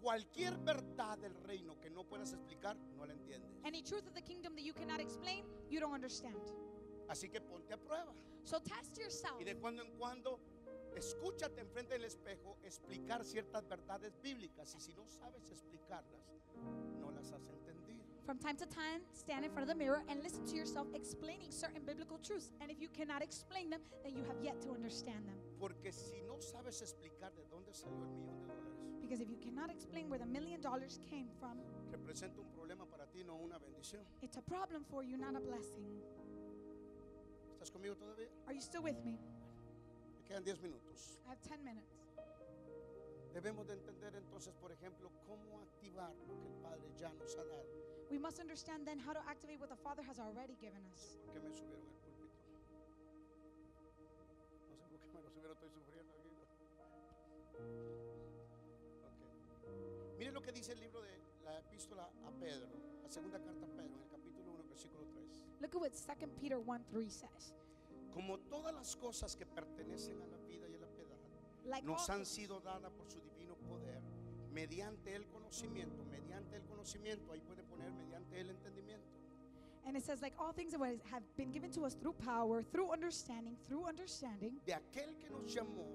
Speaker 1: Cualquier verdad del reino que no puedas explicar, no la entiendes.
Speaker 2: Any truth of the kingdom that you cannot explain, you don't understand.
Speaker 1: Así que ponte a prueba.
Speaker 2: So test yourself.
Speaker 1: Y de cuando en cuando, escúchate enfrente del espejo explicar ciertas verdades bíblicas. Y si no sabes explicarlas, no las has entendido.
Speaker 2: From time to time, stand in front of the mirror and listen to yourself explaining certain biblical truths. And if you cannot explain them, then you have yet to understand them.
Speaker 1: Porque si no sabes explicar de dónde salió el millón de dólares,
Speaker 2: Because if you cannot explain where the million dollars came from,
Speaker 1: representa un problema para ti, no una bendición.
Speaker 2: it's a problem for you, not a blessing.
Speaker 1: ¿Estás conmigo todavía?
Speaker 2: Are you still with me?
Speaker 1: Me quedan 10 minutos.
Speaker 2: I have 10 minutes.
Speaker 1: Debemos de entender entonces, por ejemplo, cómo activar lo que el Padre ya nos ha dado.
Speaker 2: We must understand then how to activate what the Father has already given us.
Speaker 1: ¿Por qué me subieron el púlpito? No sé por qué me lo subieron, estoy sufriendo aquí. Ok. Mire lo que dice el libro de la epístola a Pedro, la segunda carta a Pedro, en el capítulo 1, versículo 3.
Speaker 2: Look at what 2 Peter 1 3 says.
Speaker 1: Como todas las cosas que pertenecen a la vida y a la piedad
Speaker 2: Like all
Speaker 1: nos han
Speaker 2: things-
Speaker 1: sido dadas por su divino poder, mediante el conocimiento, mediante el conocimiento, ahí puede poner mediante el entendimiento.
Speaker 2: And it says, like all things that was- have been given to us through power, through understanding, through understanding
Speaker 1: de aquel que nos llamó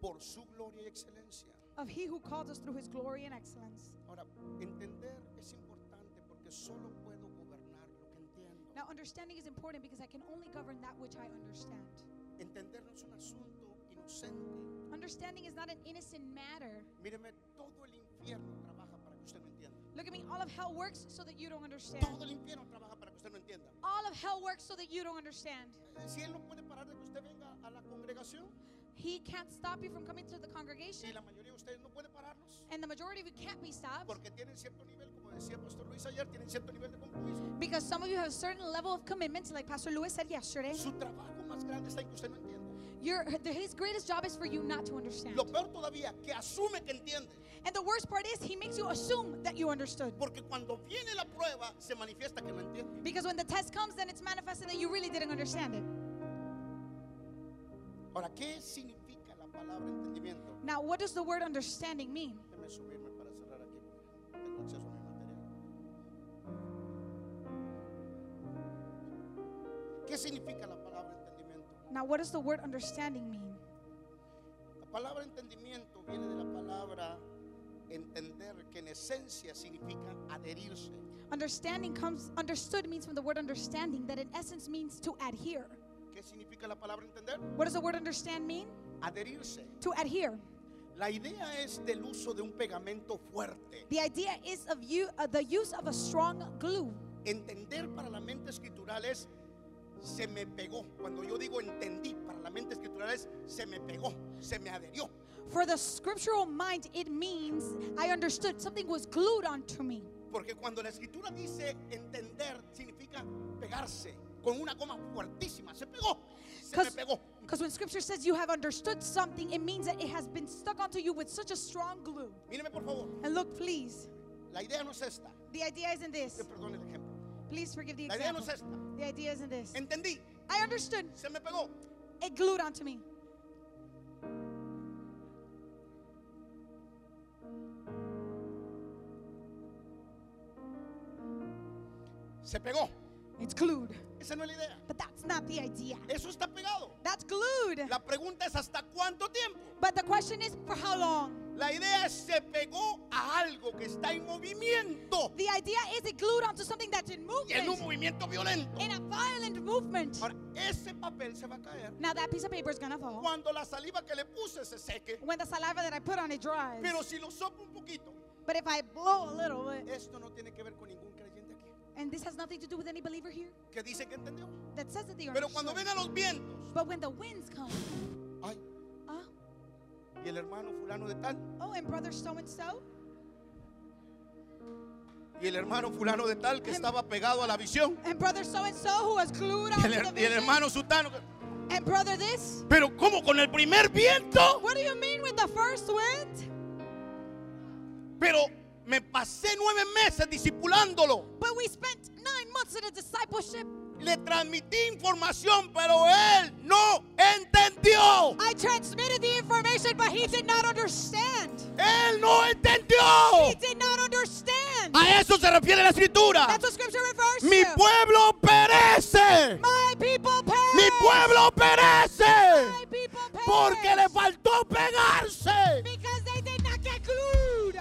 Speaker 1: por su gloria y excelencia.
Speaker 2: of He who called us through His glory and excellence.
Speaker 1: Ahora, entender es importante porque solo puedo gobernar lo que entiendo.
Speaker 2: Now, understanding is important because I can only govern that which I understand.
Speaker 1: Entender no es un asunto inocente.
Speaker 2: Understanding is not an innocent matter.
Speaker 1: Míreme, todo el infierno trabaja para que usted no entienda.
Speaker 2: Look at me, all of hell works so that you don't understand.
Speaker 1: Todo el infierno trabaja para que usted no entienda.
Speaker 2: All of hell works so that you don't understand.
Speaker 1: Eh, Si él no puede parar de que usted venga a la congregación,
Speaker 2: He He can't stop you from coming to the
Speaker 1: Y
Speaker 2: congregation.
Speaker 1: la mayoría de ustedes no puede pararlos.
Speaker 2: And the majority of you can't be stopped
Speaker 1: Porque tienen cierto nivel, como decía el Pastor Luis ayer, tienen cierto nivel de compromiso.
Speaker 2: because some of you have a certain level of commitment, like Pastor Lewis said yesterday.
Speaker 1: Su trabajo más grande está en que usted no entiende.
Speaker 2: Your, his greatest job is for you not to understand.
Speaker 1: Lo peor todavía, que asume que entiende.
Speaker 2: And the worst part is, he makes you assume that you understood.
Speaker 1: Porque cuando viene la prueba, se manifiesta que no entiende.
Speaker 2: Because when the test comes, then it's manifested that you really didn't understand it.
Speaker 1: Ahora, ¿qué significa la palabra entendimiento?
Speaker 2: Now, what does the word understanding mean?
Speaker 1: Déjeme subirme para cerrar aquí porque tengo acceso a mi material. ¿Qué significa la palabra entendimiento?
Speaker 2: Now, what does the word understanding mean?
Speaker 1: La palabra entendimiento viene de la palabra entender, que en esencia significa adherirse.
Speaker 2: Understanding comes, understood means from the word understanding, that in essence means to adhere.
Speaker 1: ¿Qué significa la palabra entender?
Speaker 2: What does the word understand mean?
Speaker 1: Adherirse.
Speaker 2: To adhere.
Speaker 1: La idea es del uso de un pegamento fuerte.
Speaker 2: The idea is of you, uh, the use of a strong glue.
Speaker 1: Entender para la mente escritural es se me pegó. Cuando yo digo entendí, para la mente escritural es se me pegó, se me adherió.
Speaker 2: For the scriptural mind, it means I understood something was glued onto me.
Speaker 1: Porque cuando la escritura dice entender, significa pegarse con una coma fuertísima. Se pegó, se me pegó.
Speaker 2: Because when scripture says you have understood something, it means that it has been stuck onto you with such a strong glue.
Speaker 1: Míreme por favor,
Speaker 2: And look, please,
Speaker 1: la idea no es esta.
Speaker 2: the idea isn't this.
Speaker 1: Que perdone el ejemplo.
Speaker 2: Please forgive the
Speaker 1: La idea no
Speaker 2: example.
Speaker 1: es esta.
Speaker 2: The idea isn't this.
Speaker 1: Entendí,
Speaker 2: I understood.
Speaker 1: se me pegó.
Speaker 2: It glued onto me.
Speaker 1: Se pegó.
Speaker 2: It's glued.
Speaker 1: Esa no es la idea.
Speaker 2: But that's not the idea.
Speaker 1: Eso está pegado.
Speaker 2: That's glued.
Speaker 1: La pregunta es hasta cuánto tiempo.
Speaker 2: But the question is for how long?
Speaker 1: La idea es se pegó a algo que está en movimiento.
Speaker 2: The idea is it glued onto something that's in
Speaker 1: Y en un
Speaker 2: movement,
Speaker 1: movimiento violento.
Speaker 2: in a violent movement.
Speaker 1: Ahora, ese papel se va a caer
Speaker 2: Now that piece of paper is gonna fall
Speaker 1: cuando la saliva que le puse se seque.
Speaker 2: when the saliva that I put on it dries.
Speaker 1: Pero si lo soplo un poquito,
Speaker 2: But if I blow a little bit,
Speaker 1: esto no tiene que ver con ningún creyente aquí
Speaker 2: and this has nothing to do with any believer here
Speaker 1: que dice que entendió.
Speaker 2: that says that they are.
Speaker 1: Pero cuando
Speaker 2: sure.
Speaker 1: vengan los vientos,
Speaker 2: But when the winds come,
Speaker 1: ay,
Speaker 2: oh,
Speaker 1: y el hermano fulano de tal,
Speaker 2: oh, and brother so and so,
Speaker 1: y el hermano fulano de tal que estaba pegado a la visión,
Speaker 2: and brother so and so who was glued
Speaker 1: y
Speaker 2: onto
Speaker 1: el,
Speaker 2: the
Speaker 1: y el
Speaker 2: vision,
Speaker 1: hermano sutano. que-
Speaker 2: and brother this.
Speaker 1: Pero ¿cómo con el primer viento?
Speaker 2: What do you mean with the first wind?
Speaker 1: Pero me pasé nueve meses disipulándolo.
Speaker 2: But we spent nine months in a discipleship.
Speaker 1: Le transmití información, pero él no entendió.
Speaker 2: I transmitted the information, but he did not understand.
Speaker 1: Él no entendió.
Speaker 2: He did not understand.
Speaker 1: A eso se refiere la escritura.
Speaker 2: That's what scripture refers
Speaker 1: Ah. Mi
Speaker 2: to.
Speaker 1: pueblo perece.
Speaker 2: My people perish.
Speaker 1: Mi pueblo
Speaker 2: My
Speaker 1: perece.
Speaker 2: people perish.
Speaker 1: Porque le faltó pegarse.
Speaker 2: Because they did not get glued.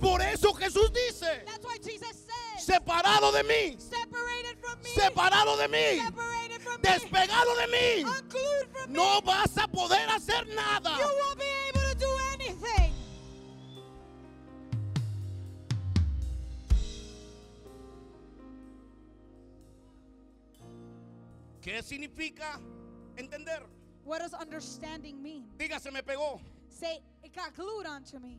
Speaker 1: Por eso Jesús dice,
Speaker 2: That's why Jesus said,
Speaker 1: separado de mí,
Speaker 2: separated from me.
Speaker 1: separado de mí,
Speaker 2: separated from me.
Speaker 1: despegado de mí,
Speaker 2: Unglued from me.
Speaker 1: no vas a poder hacer nada.
Speaker 2: You won't be able to do anything.
Speaker 1: ¿Qué significa entender?
Speaker 2: What does understanding mean?
Speaker 1: Diga, se me pegó.
Speaker 2: Say, it got glued onto me.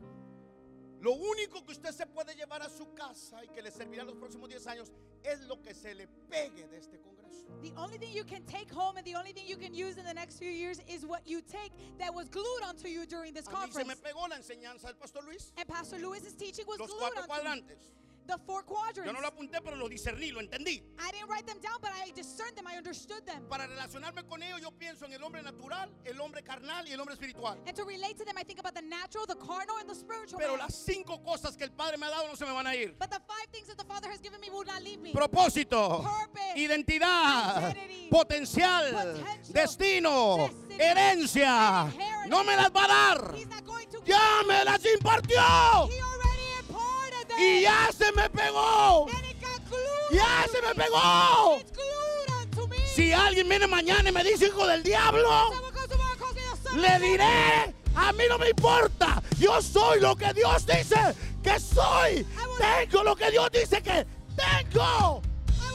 Speaker 1: Lo único que usted se puede llevar a su casa y que le servirá los próximos 10 años es lo que se le pegue de este Congreso.
Speaker 2: The only thing you can take home and the only thing you can use in the next few years is what you take that was glued onto you during this
Speaker 1: A mí se me
Speaker 2: conference.
Speaker 1: pegó la enseñanza del Pastor Luis.
Speaker 2: And Pastor Lewis's teaching was
Speaker 1: Los
Speaker 2: glued
Speaker 1: cuatro
Speaker 2: onto me.
Speaker 1: cuadrantes.
Speaker 2: the four quadrants.
Speaker 1: Yo no lo apunté, pero lo discerní, lo entendí.
Speaker 2: I didn't write them down, but I discerned them. I understood them.
Speaker 1: Para relacionarme con ellos, yo pienso en el hombre natural, el hombre carnal y el hombre espiritual.
Speaker 2: And to relate to them, I think about the natural, the carnal, and the spiritual.
Speaker 1: Pero
Speaker 2: man.
Speaker 1: las cinco cosas que el Padre me ha dado no se me van a ir.
Speaker 2: But the five things that the Father has given me will not leave me.
Speaker 1: Propósito,
Speaker 2: Purpose.
Speaker 1: identidad,
Speaker 2: Identity.
Speaker 1: potencial,
Speaker 2: Potential.
Speaker 1: destino,
Speaker 2: Destiny.
Speaker 1: herencia.
Speaker 2: Inheritance.
Speaker 1: No me las va a dar.
Speaker 2: He's not going to.
Speaker 1: Ya me las impartió.
Speaker 2: He already imparted them.
Speaker 1: Y ya se me pegó.
Speaker 2: And it got glued.
Speaker 1: Ya
Speaker 2: onto
Speaker 1: se me
Speaker 2: me.
Speaker 1: pegó.
Speaker 2: It's glued onto me.
Speaker 1: Si alguien viene mañana y me dice hijo del diablo,
Speaker 2: Someone comes tomorrow and calls me the son of
Speaker 1: Le
Speaker 2: God.
Speaker 1: diré, a mí no me importa, yo soy lo que Dios dice que soy, tengo lo que Dios dice que tengo.
Speaker 2: I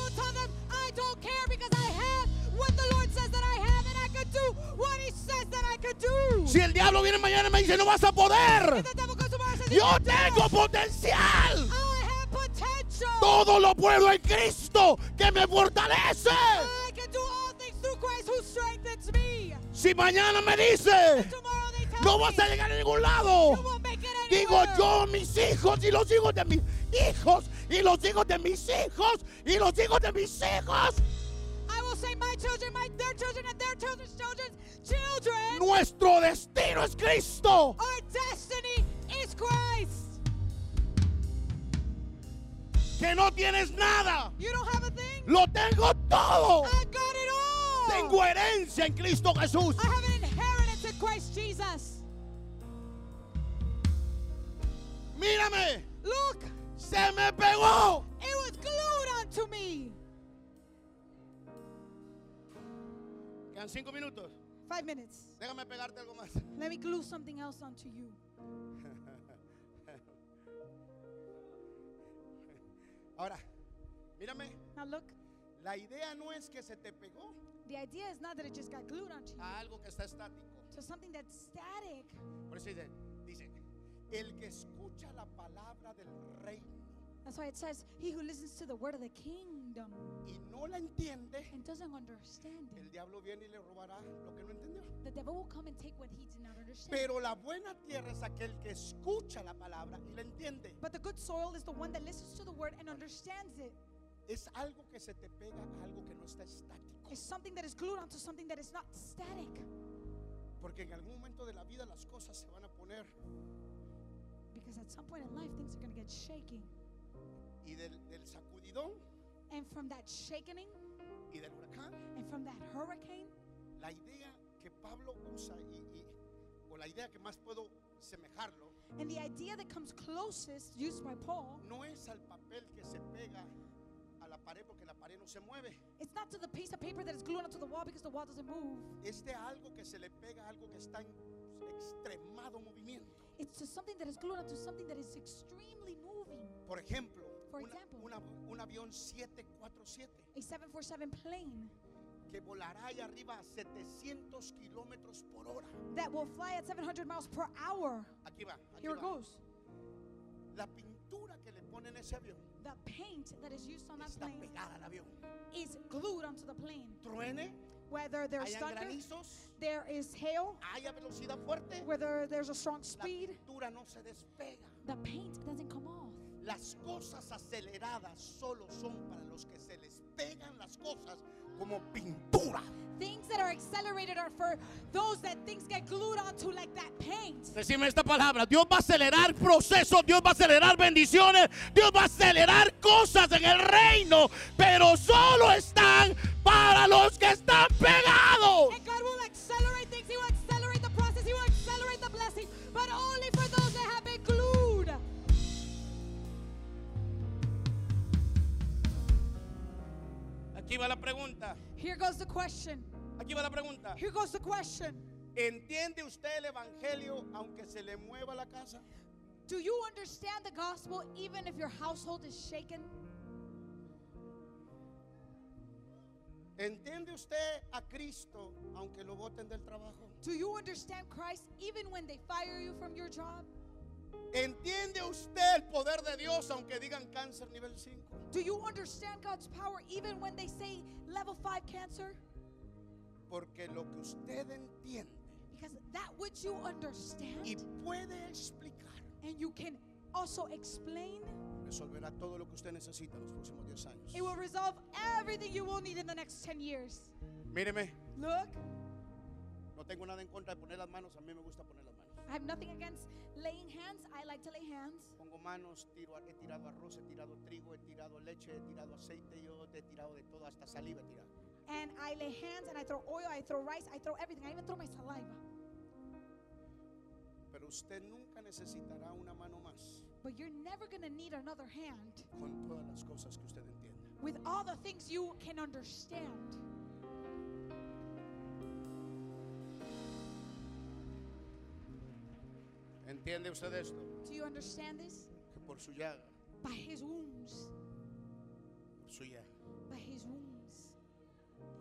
Speaker 2: will tell them I don't care because I have what the Lord says that I have and I can do
Speaker 1: Si el diablo viene mañana y me dice, no vas a poder.
Speaker 2: If the devil comes tomorrow and says, "You
Speaker 1: Yo
Speaker 2: can't do
Speaker 1: tengo
Speaker 2: it,"
Speaker 1: potencial.
Speaker 2: I have potential.
Speaker 1: Todo lo puedo en Cristo que me fortalece.
Speaker 2: I can do all things through Christ who strengthens me.
Speaker 1: Si mañana me dice,
Speaker 2: Tomorrow they tell
Speaker 1: no
Speaker 2: me,
Speaker 1: vas a llegar a ningún lado.
Speaker 2: "You won't make it
Speaker 1: Digo
Speaker 2: anywhere."
Speaker 1: yo, mis hijos y los hijos de mis hijos y los hijos de mis hijos y los hijos de mis hijos.
Speaker 2: I will say, my children, my their children, and their children's children's children.
Speaker 1: Nuestro destino es Cristo.
Speaker 2: Our destiny is Christ.
Speaker 1: Que no tienes nada.
Speaker 2: You don't have a thing.
Speaker 1: Lo tengo todo.
Speaker 2: I got it all.
Speaker 1: Tengo herencia en Cristo Jesús.
Speaker 2: I have an inheritance in Christ Jesus.
Speaker 1: Mírame.
Speaker 2: Look,
Speaker 1: Se me pegó.
Speaker 2: it was glued onto me.
Speaker 1: Quedan cinco minutos.
Speaker 2: Five minutes.
Speaker 1: Déjame pegarte algo más.
Speaker 2: Let me glue something else onto you.
Speaker 1: Ahora, mírame.
Speaker 2: Now look,
Speaker 1: La idea no es que se te pegó
Speaker 2: the idea is not that it just got glued onto you.
Speaker 1: a algo que está estático.
Speaker 2: To something that's static.
Speaker 1: Por eso dice, dice, el que escucha la palabra del reino
Speaker 2: That's why it says, He who listens to the word of the kingdom
Speaker 1: y no la entiende,
Speaker 2: and doesn't understand
Speaker 1: el
Speaker 2: it,
Speaker 1: diablo viene y le robará lo que no entendió.
Speaker 3: The devil will come and take what he did not understand.
Speaker 1: Pero la buena tierra es aquel que escucha la palabra y la entiende.
Speaker 2: but the good soil is the one that listens to the word and understands it.
Speaker 1: Es algo que se te pega a algo que no está estático.
Speaker 2: It's something that is glued onto something that is not static.
Speaker 1: Porque en algún momento de la vida las cosas se van a poner
Speaker 2: Because at some point in life, things are going to get shaking.
Speaker 1: y del, del sacudidón
Speaker 2: And from that shakening
Speaker 1: y del huracán.
Speaker 2: and from that hurricane,
Speaker 1: La idea que Pablo usa y, y- o la idea que más puedo semejarlo
Speaker 2: and the idea that comes closest, used by Paul,
Speaker 1: no es al papel que se pega a la pared porque la pared no se mueve.
Speaker 2: it's not to the piece of paper that is glued onto the wall because the wall doesn't move.
Speaker 1: Es de algo que se le pega a algo que está en extremado movimiento.
Speaker 2: It's to something that is glued onto something that is extremely moving.
Speaker 1: Por ejemplo,
Speaker 3: For
Speaker 1: una-
Speaker 3: example.
Speaker 1: una- un avión 747
Speaker 3: A 747 plane
Speaker 1: que volará ahí arriba a 700 kilómetros por hora.
Speaker 2: That will fly at 700 miles per hour.
Speaker 1: Aquí va, aquí
Speaker 2: Here it
Speaker 1: va.
Speaker 2: goes.
Speaker 1: La pintura que le ponen a ese avión
Speaker 2: The paint that is used on that
Speaker 1: está
Speaker 2: plane
Speaker 1: pegada al avión.
Speaker 2: is glued onto the plane.
Speaker 1: Truene,
Speaker 2: Whether there's
Speaker 1: hay
Speaker 2: thunder,
Speaker 1: granizos,
Speaker 2: there is hail,
Speaker 1: haya velocidad fuerte,
Speaker 2: whether there's a strong
Speaker 1: la
Speaker 2: speed,
Speaker 1: pintura no se despega.
Speaker 3: the paint doesn't come off.
Speaker 1: Las cosas aceleradas solo son para los que se les pegan las cosas como pintura.
Speaker 2: things that are accelerated are for those that things get glued onto like that paint.
Speaker 1: Decime esta palabra, Dios va a acelerar procesos, Dios va a acelerar bendiciones, Dios va a acelerar cosas en el reino, pero solo están para los que están pegados.
Speaker 2: And God will accelerate things. He will accelerate the process. He will accelerate the blessing, but only for those that have been glued.
Speaker 1: Aquí va la pregunta,
Speaker 2: Here goes the question.
Speaker 1: aquí va la pregunta.
Speaker 2: Here goes the question.
Speaker 1: ¿Entiende usted el Evangelio aunque se le mueva la casa?
Speaker 2: Do you understand the gospel even if your household is shaken?
Speaker 1: ¿Entiende usted a Cristo aunque lo voten del trabajo?
Speaker 2: Do you understand Christ even when they fire you from your job?
Speaker 1: ¿Entiende usted el poder de Dios aunque digan cáncer nivel 5?
Speaker 2: Do you understand God's power even when they say level 5 cancer?
Speaker 1: Porque lo que usted entiende
Speaker 2: Because that which you
Speaker 1: y
Speaker 2: understand
Speaker 1: puede explicar
Speaker 2: and you can also explain,
Speaker 1: resolverá todo lo que usted necesita en los próximos 10 años.
Speaker 2: it will resolve everything you will need in the next 10 years.
Speaker 1: Míreme,
Speaker 2: Look,
Speaker 1: no tengo nada en contra de poner las manos, a mí me gusta poner las manos.
Speaker 2: I have nothing against laying hands. I like to lay hands.
Speaker 1: Pongo manos, tiro, he tirado arroz, he tirado trigo, he tirado leche, he tirado aceite, yo he tirado de todo, hasta saliva he tirado.
Speaker 2: And I lay hands and I throw oil, I throw rice, I throw everything. I even throw my saliva.
Speaker 1: Pero usted nunca necesitará una mano más
Speaker 2: But you're never going to need another hand
Speaker 1: con todas las cosas que usted entienda.
Speaker 2: with all the things you can understand.
Speaker 1: ¿Entiende usted esto?
Speaker 2: Do you understand this?
Speaker 1: Que por su llaga,
Speaker 2: By his wounds,
Speaker 1: por su llaga,
Speaker 2: by his wounds,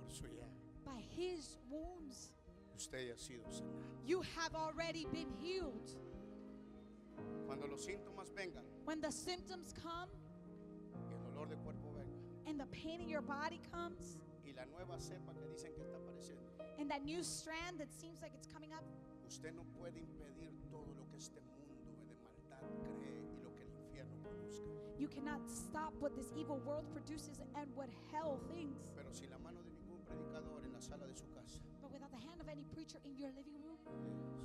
Speaker 1: por su llaga,
Speaker 2: by his wounds,
Speaker 1: usted ya ha sido sanado.
Speaker 2: You have already been healed.
Speaker 1: Cuando los síntomas vengan,
Speaker 2: When the symptoms come
Speaker 1: y el dolor de cuerpo venga,
Speaker 2: and the pain in your body comes
Speaker 1: y la nueva cepa que dicen que está apareciendo,
Speaker 2: and that new strand that seems like it's coming up,
Speaker 1: usted no puede impedir todo lo que este mundo de maldad cree y lo que el infierno produzca.
Speaker 2: you cannot stop what this evil world produces and what hell thinks.
Speaker 1: Pero si la mano de ningún predicador en la sala de su casa,
Speaker 2: But without the hand of any preacher in your living room,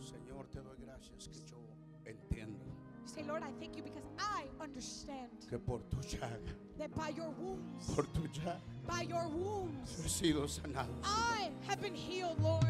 Speaker 1: Señor, te doy gracias que yo entiendo
Speaker 2: you say, Lord, I thank you because I understand
Speaker 1: que por tu llaga,
Speaker 2: that by your wounds,
Speaker 1: por tu llaga,
Speaker 2: by your wounds,
Speaker 1: yo he sido sanado.
Speaker 2: I have been healed, Lord.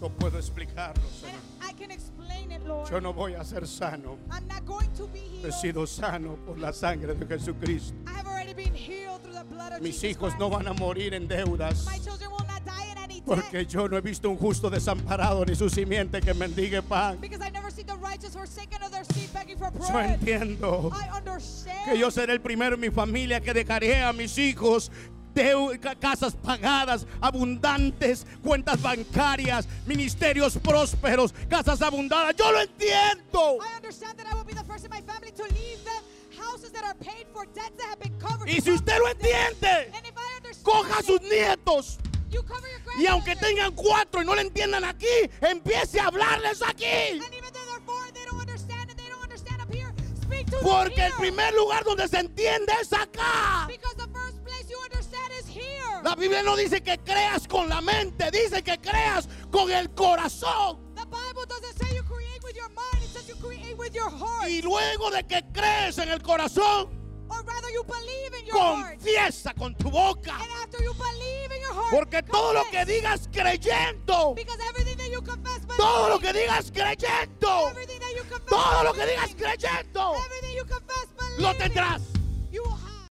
Speaker 1: Yo puedo explicarlo,
Speaker 2: And
Speaker 1: Señor.
Speaker 2: I can explain it, Lord.
Speaker 1: Yo no voy a ser sano.
Speaker 2: I'm not going to be
Speaker 1: He
Speaker 2: healed.
Speaker 1: sido sano por la sangre de Jesucristo.
Speaker 2: I have already been healed through the blood of
Speaker 1: Mis
Speaker 2: Jesus
Speaker 1: hijos no
Speaker 2: Christ.
Speaker 1: van a morir en deudas.
Speaker 2: My children will not die in any
Speaker 1: Porque
Speaker 2: debt
Speaker 1: yo no he visto un justo desamparado ni su simiente que mendigue pan.
Speaker 2: because I never see the righteous forsaken of their seed begging for
Speaker 1: Yo
Speaker 2: bread.
Speaker 1: entiendo
Speaker 2: I understand
Speaker 4: que yo seré el primero en mi familia que dejaré a mis hijos deu- ca- casas pagadas, abundantes, cuentas bancarias, ministerios prósperos, casas abundadas. Yo lo entiendo.
Speaker 2: I understand that I will be the first in my family to leave them houses that are paid for, debts that have been covered.
Speaker 4: Y si usted lo entiende,
Speaker 2: and if I understand,
Speaker 4: coja a
Speaker 2: it,
Speaker 4: sus nietos
Speaker 2: you cover your
Speaker 4: y aunque
Speaker 2: grandchildren.
Speaker 4: tengan cuatro y no le entiendan aquí, empiece a hablarles aquí.
Speaker 2: and even though they're foreign, they don't understand and they don't understand up here. Speak to
Speaker 4: Porque
Speaker 2: them
Speaker 4: el
Speaker 2: here.
Speaker 4: primer lugar donde se entiende es acá.
Speaker 2: because the first place you understand is here.
Speaker 4: La Biblia no dice que creas con la mente, dice que creas con el corazón.
Speaker 2: the Bible doesn't say you create with your mind; it says you create with your heart.
Speaker 4: Y luego de que crees en el corazón,
Speaker 2: or rather, you believe in your heart.
Speaker 4: confiesa con tu boca.
Speaker 2: And after you believe in your heart,
Speaker 4: Porque todo lo que
Speaker 2: confess.
Speaker 4: digas creyendo,
Speaker 2: because everything that you confess,
Speaker 4: todo lo
Speaker 2: believe.
Speaker 4: que digas creyendo,
Speaker 2: everything that you confess,
Speaker 4: todo lo que
Speaker 2: believing.
Speaker 4: digas creyendo,
Speaker 2: everything you confess, believing,
Speaker 4: lo tendrás.
Speaker 2: You will have.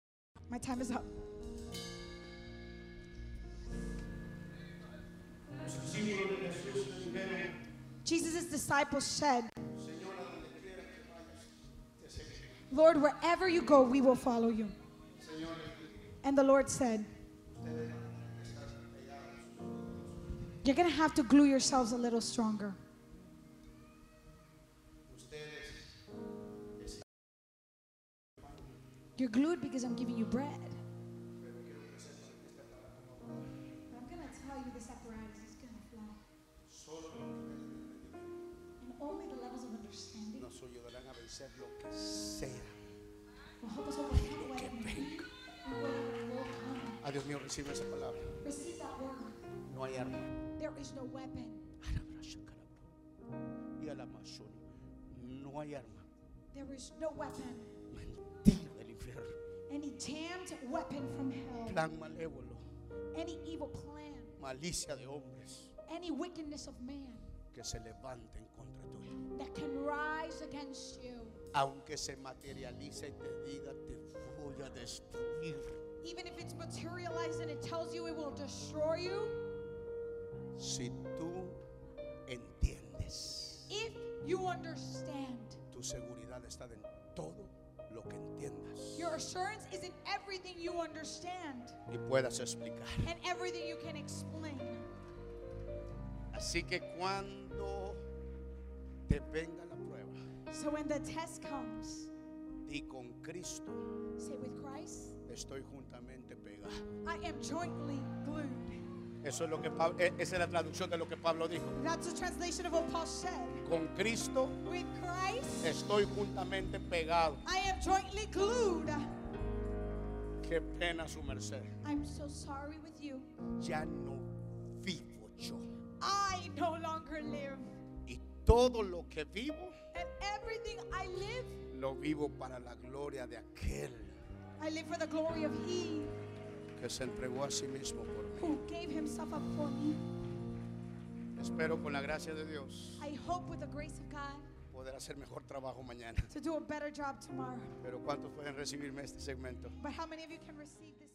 Speaker 2: My time is up. Jesus' disciples said, Lord, wherever you go, we will follow you. And the Lord said, You're going to have to glue yourselves a little stronger. You're glued because I'm giving you bread. But I'm going to tell you this apparatus is going to fly. And only the levels of understanding
Speaker 1: Nos ayudarán a vencer lo que sea.
Speaker 2: will help us overcome what it may be and what it will come.
Speaker 1: A Ah, Dios mío, recibe esa palabra.
Speaker 2: Receive that word.
Speaker 1: No hay arma.
Speaker 2: There is no weapon.
Speaker 1: Y al Amazon. No hay arma.
Speaker 2: There is no weapon.
Speaker 1: Mentira del infierno.
Speaker 2: Any damned weapon from hell.
Speaker 1: Plan malévolo.
Speaker 2: Any evil plan.
Speaker 1: Malicia de hombres
Speaker 2: Any wickedness of man
Speaker 1: que se levanten contra tuyo.
Speaker 2: that can rise against you.
Speaker 1: aunque se materialice y te diga, te voy a destruir.
Speaker 2: Even if it's materialized and it tells you it will destroy you.
Speaker 1: Si tú entiendes,
Speaker 2: If you understand,
Speaker 1: tu seguridad está en todo lo que entiendas
Speaker 2: your assurance is in everything you understand
Speaker 1: y puedas explicar.
Speaker 2: and everything you can explain.
Speaker 1: Así que cuando te venga la prueba,
Speaker 2: So when the test comes,
Speaker 1: di con Cristo,
Speaker 2: say with Christ,
Speaker 1: estoy juntamente pegado.
Speaker 2: I am jointly glued.
Speaker 1: Eso es lo que Pablo, e- esa es la traducción de lo que Pablo dijo.
Speaker 2: That's a translation of what Paul said.
Speaker 1: Con Cristo
Speaker 2: With Christ,
Speaker 1: estoy juntamente pegado.
Speaker 2: I am jointly glued.
Speaker 1: Qué pena su merced.
Speaker 2: I'm so sorry with you.
Speaker 1: Ya no vivo yo.
Speaker 2: I no longer live.
Speaker 1: Y todo lo que vivo,
Speaker 2: And everything I live,
Speaker 1: lo vivo para la gloria de aquel
Speaker 2: I live for the glory of He
Speaker 1: que se entregó a sí mismo por mí.
Speaker 2: who gave Himself up for me.
Speaker 1: Espero con la gracia de Dios
Speaker 2: I hope with the grace of God
Speaker 1: poder hacer mejor trabajo mañana.
Speaker 2: to do a better job tomorrow.
Speaker 1: Pero ¿cuántos pueden recibirme este segmento?
Speaker 2: But how many of you can receive this?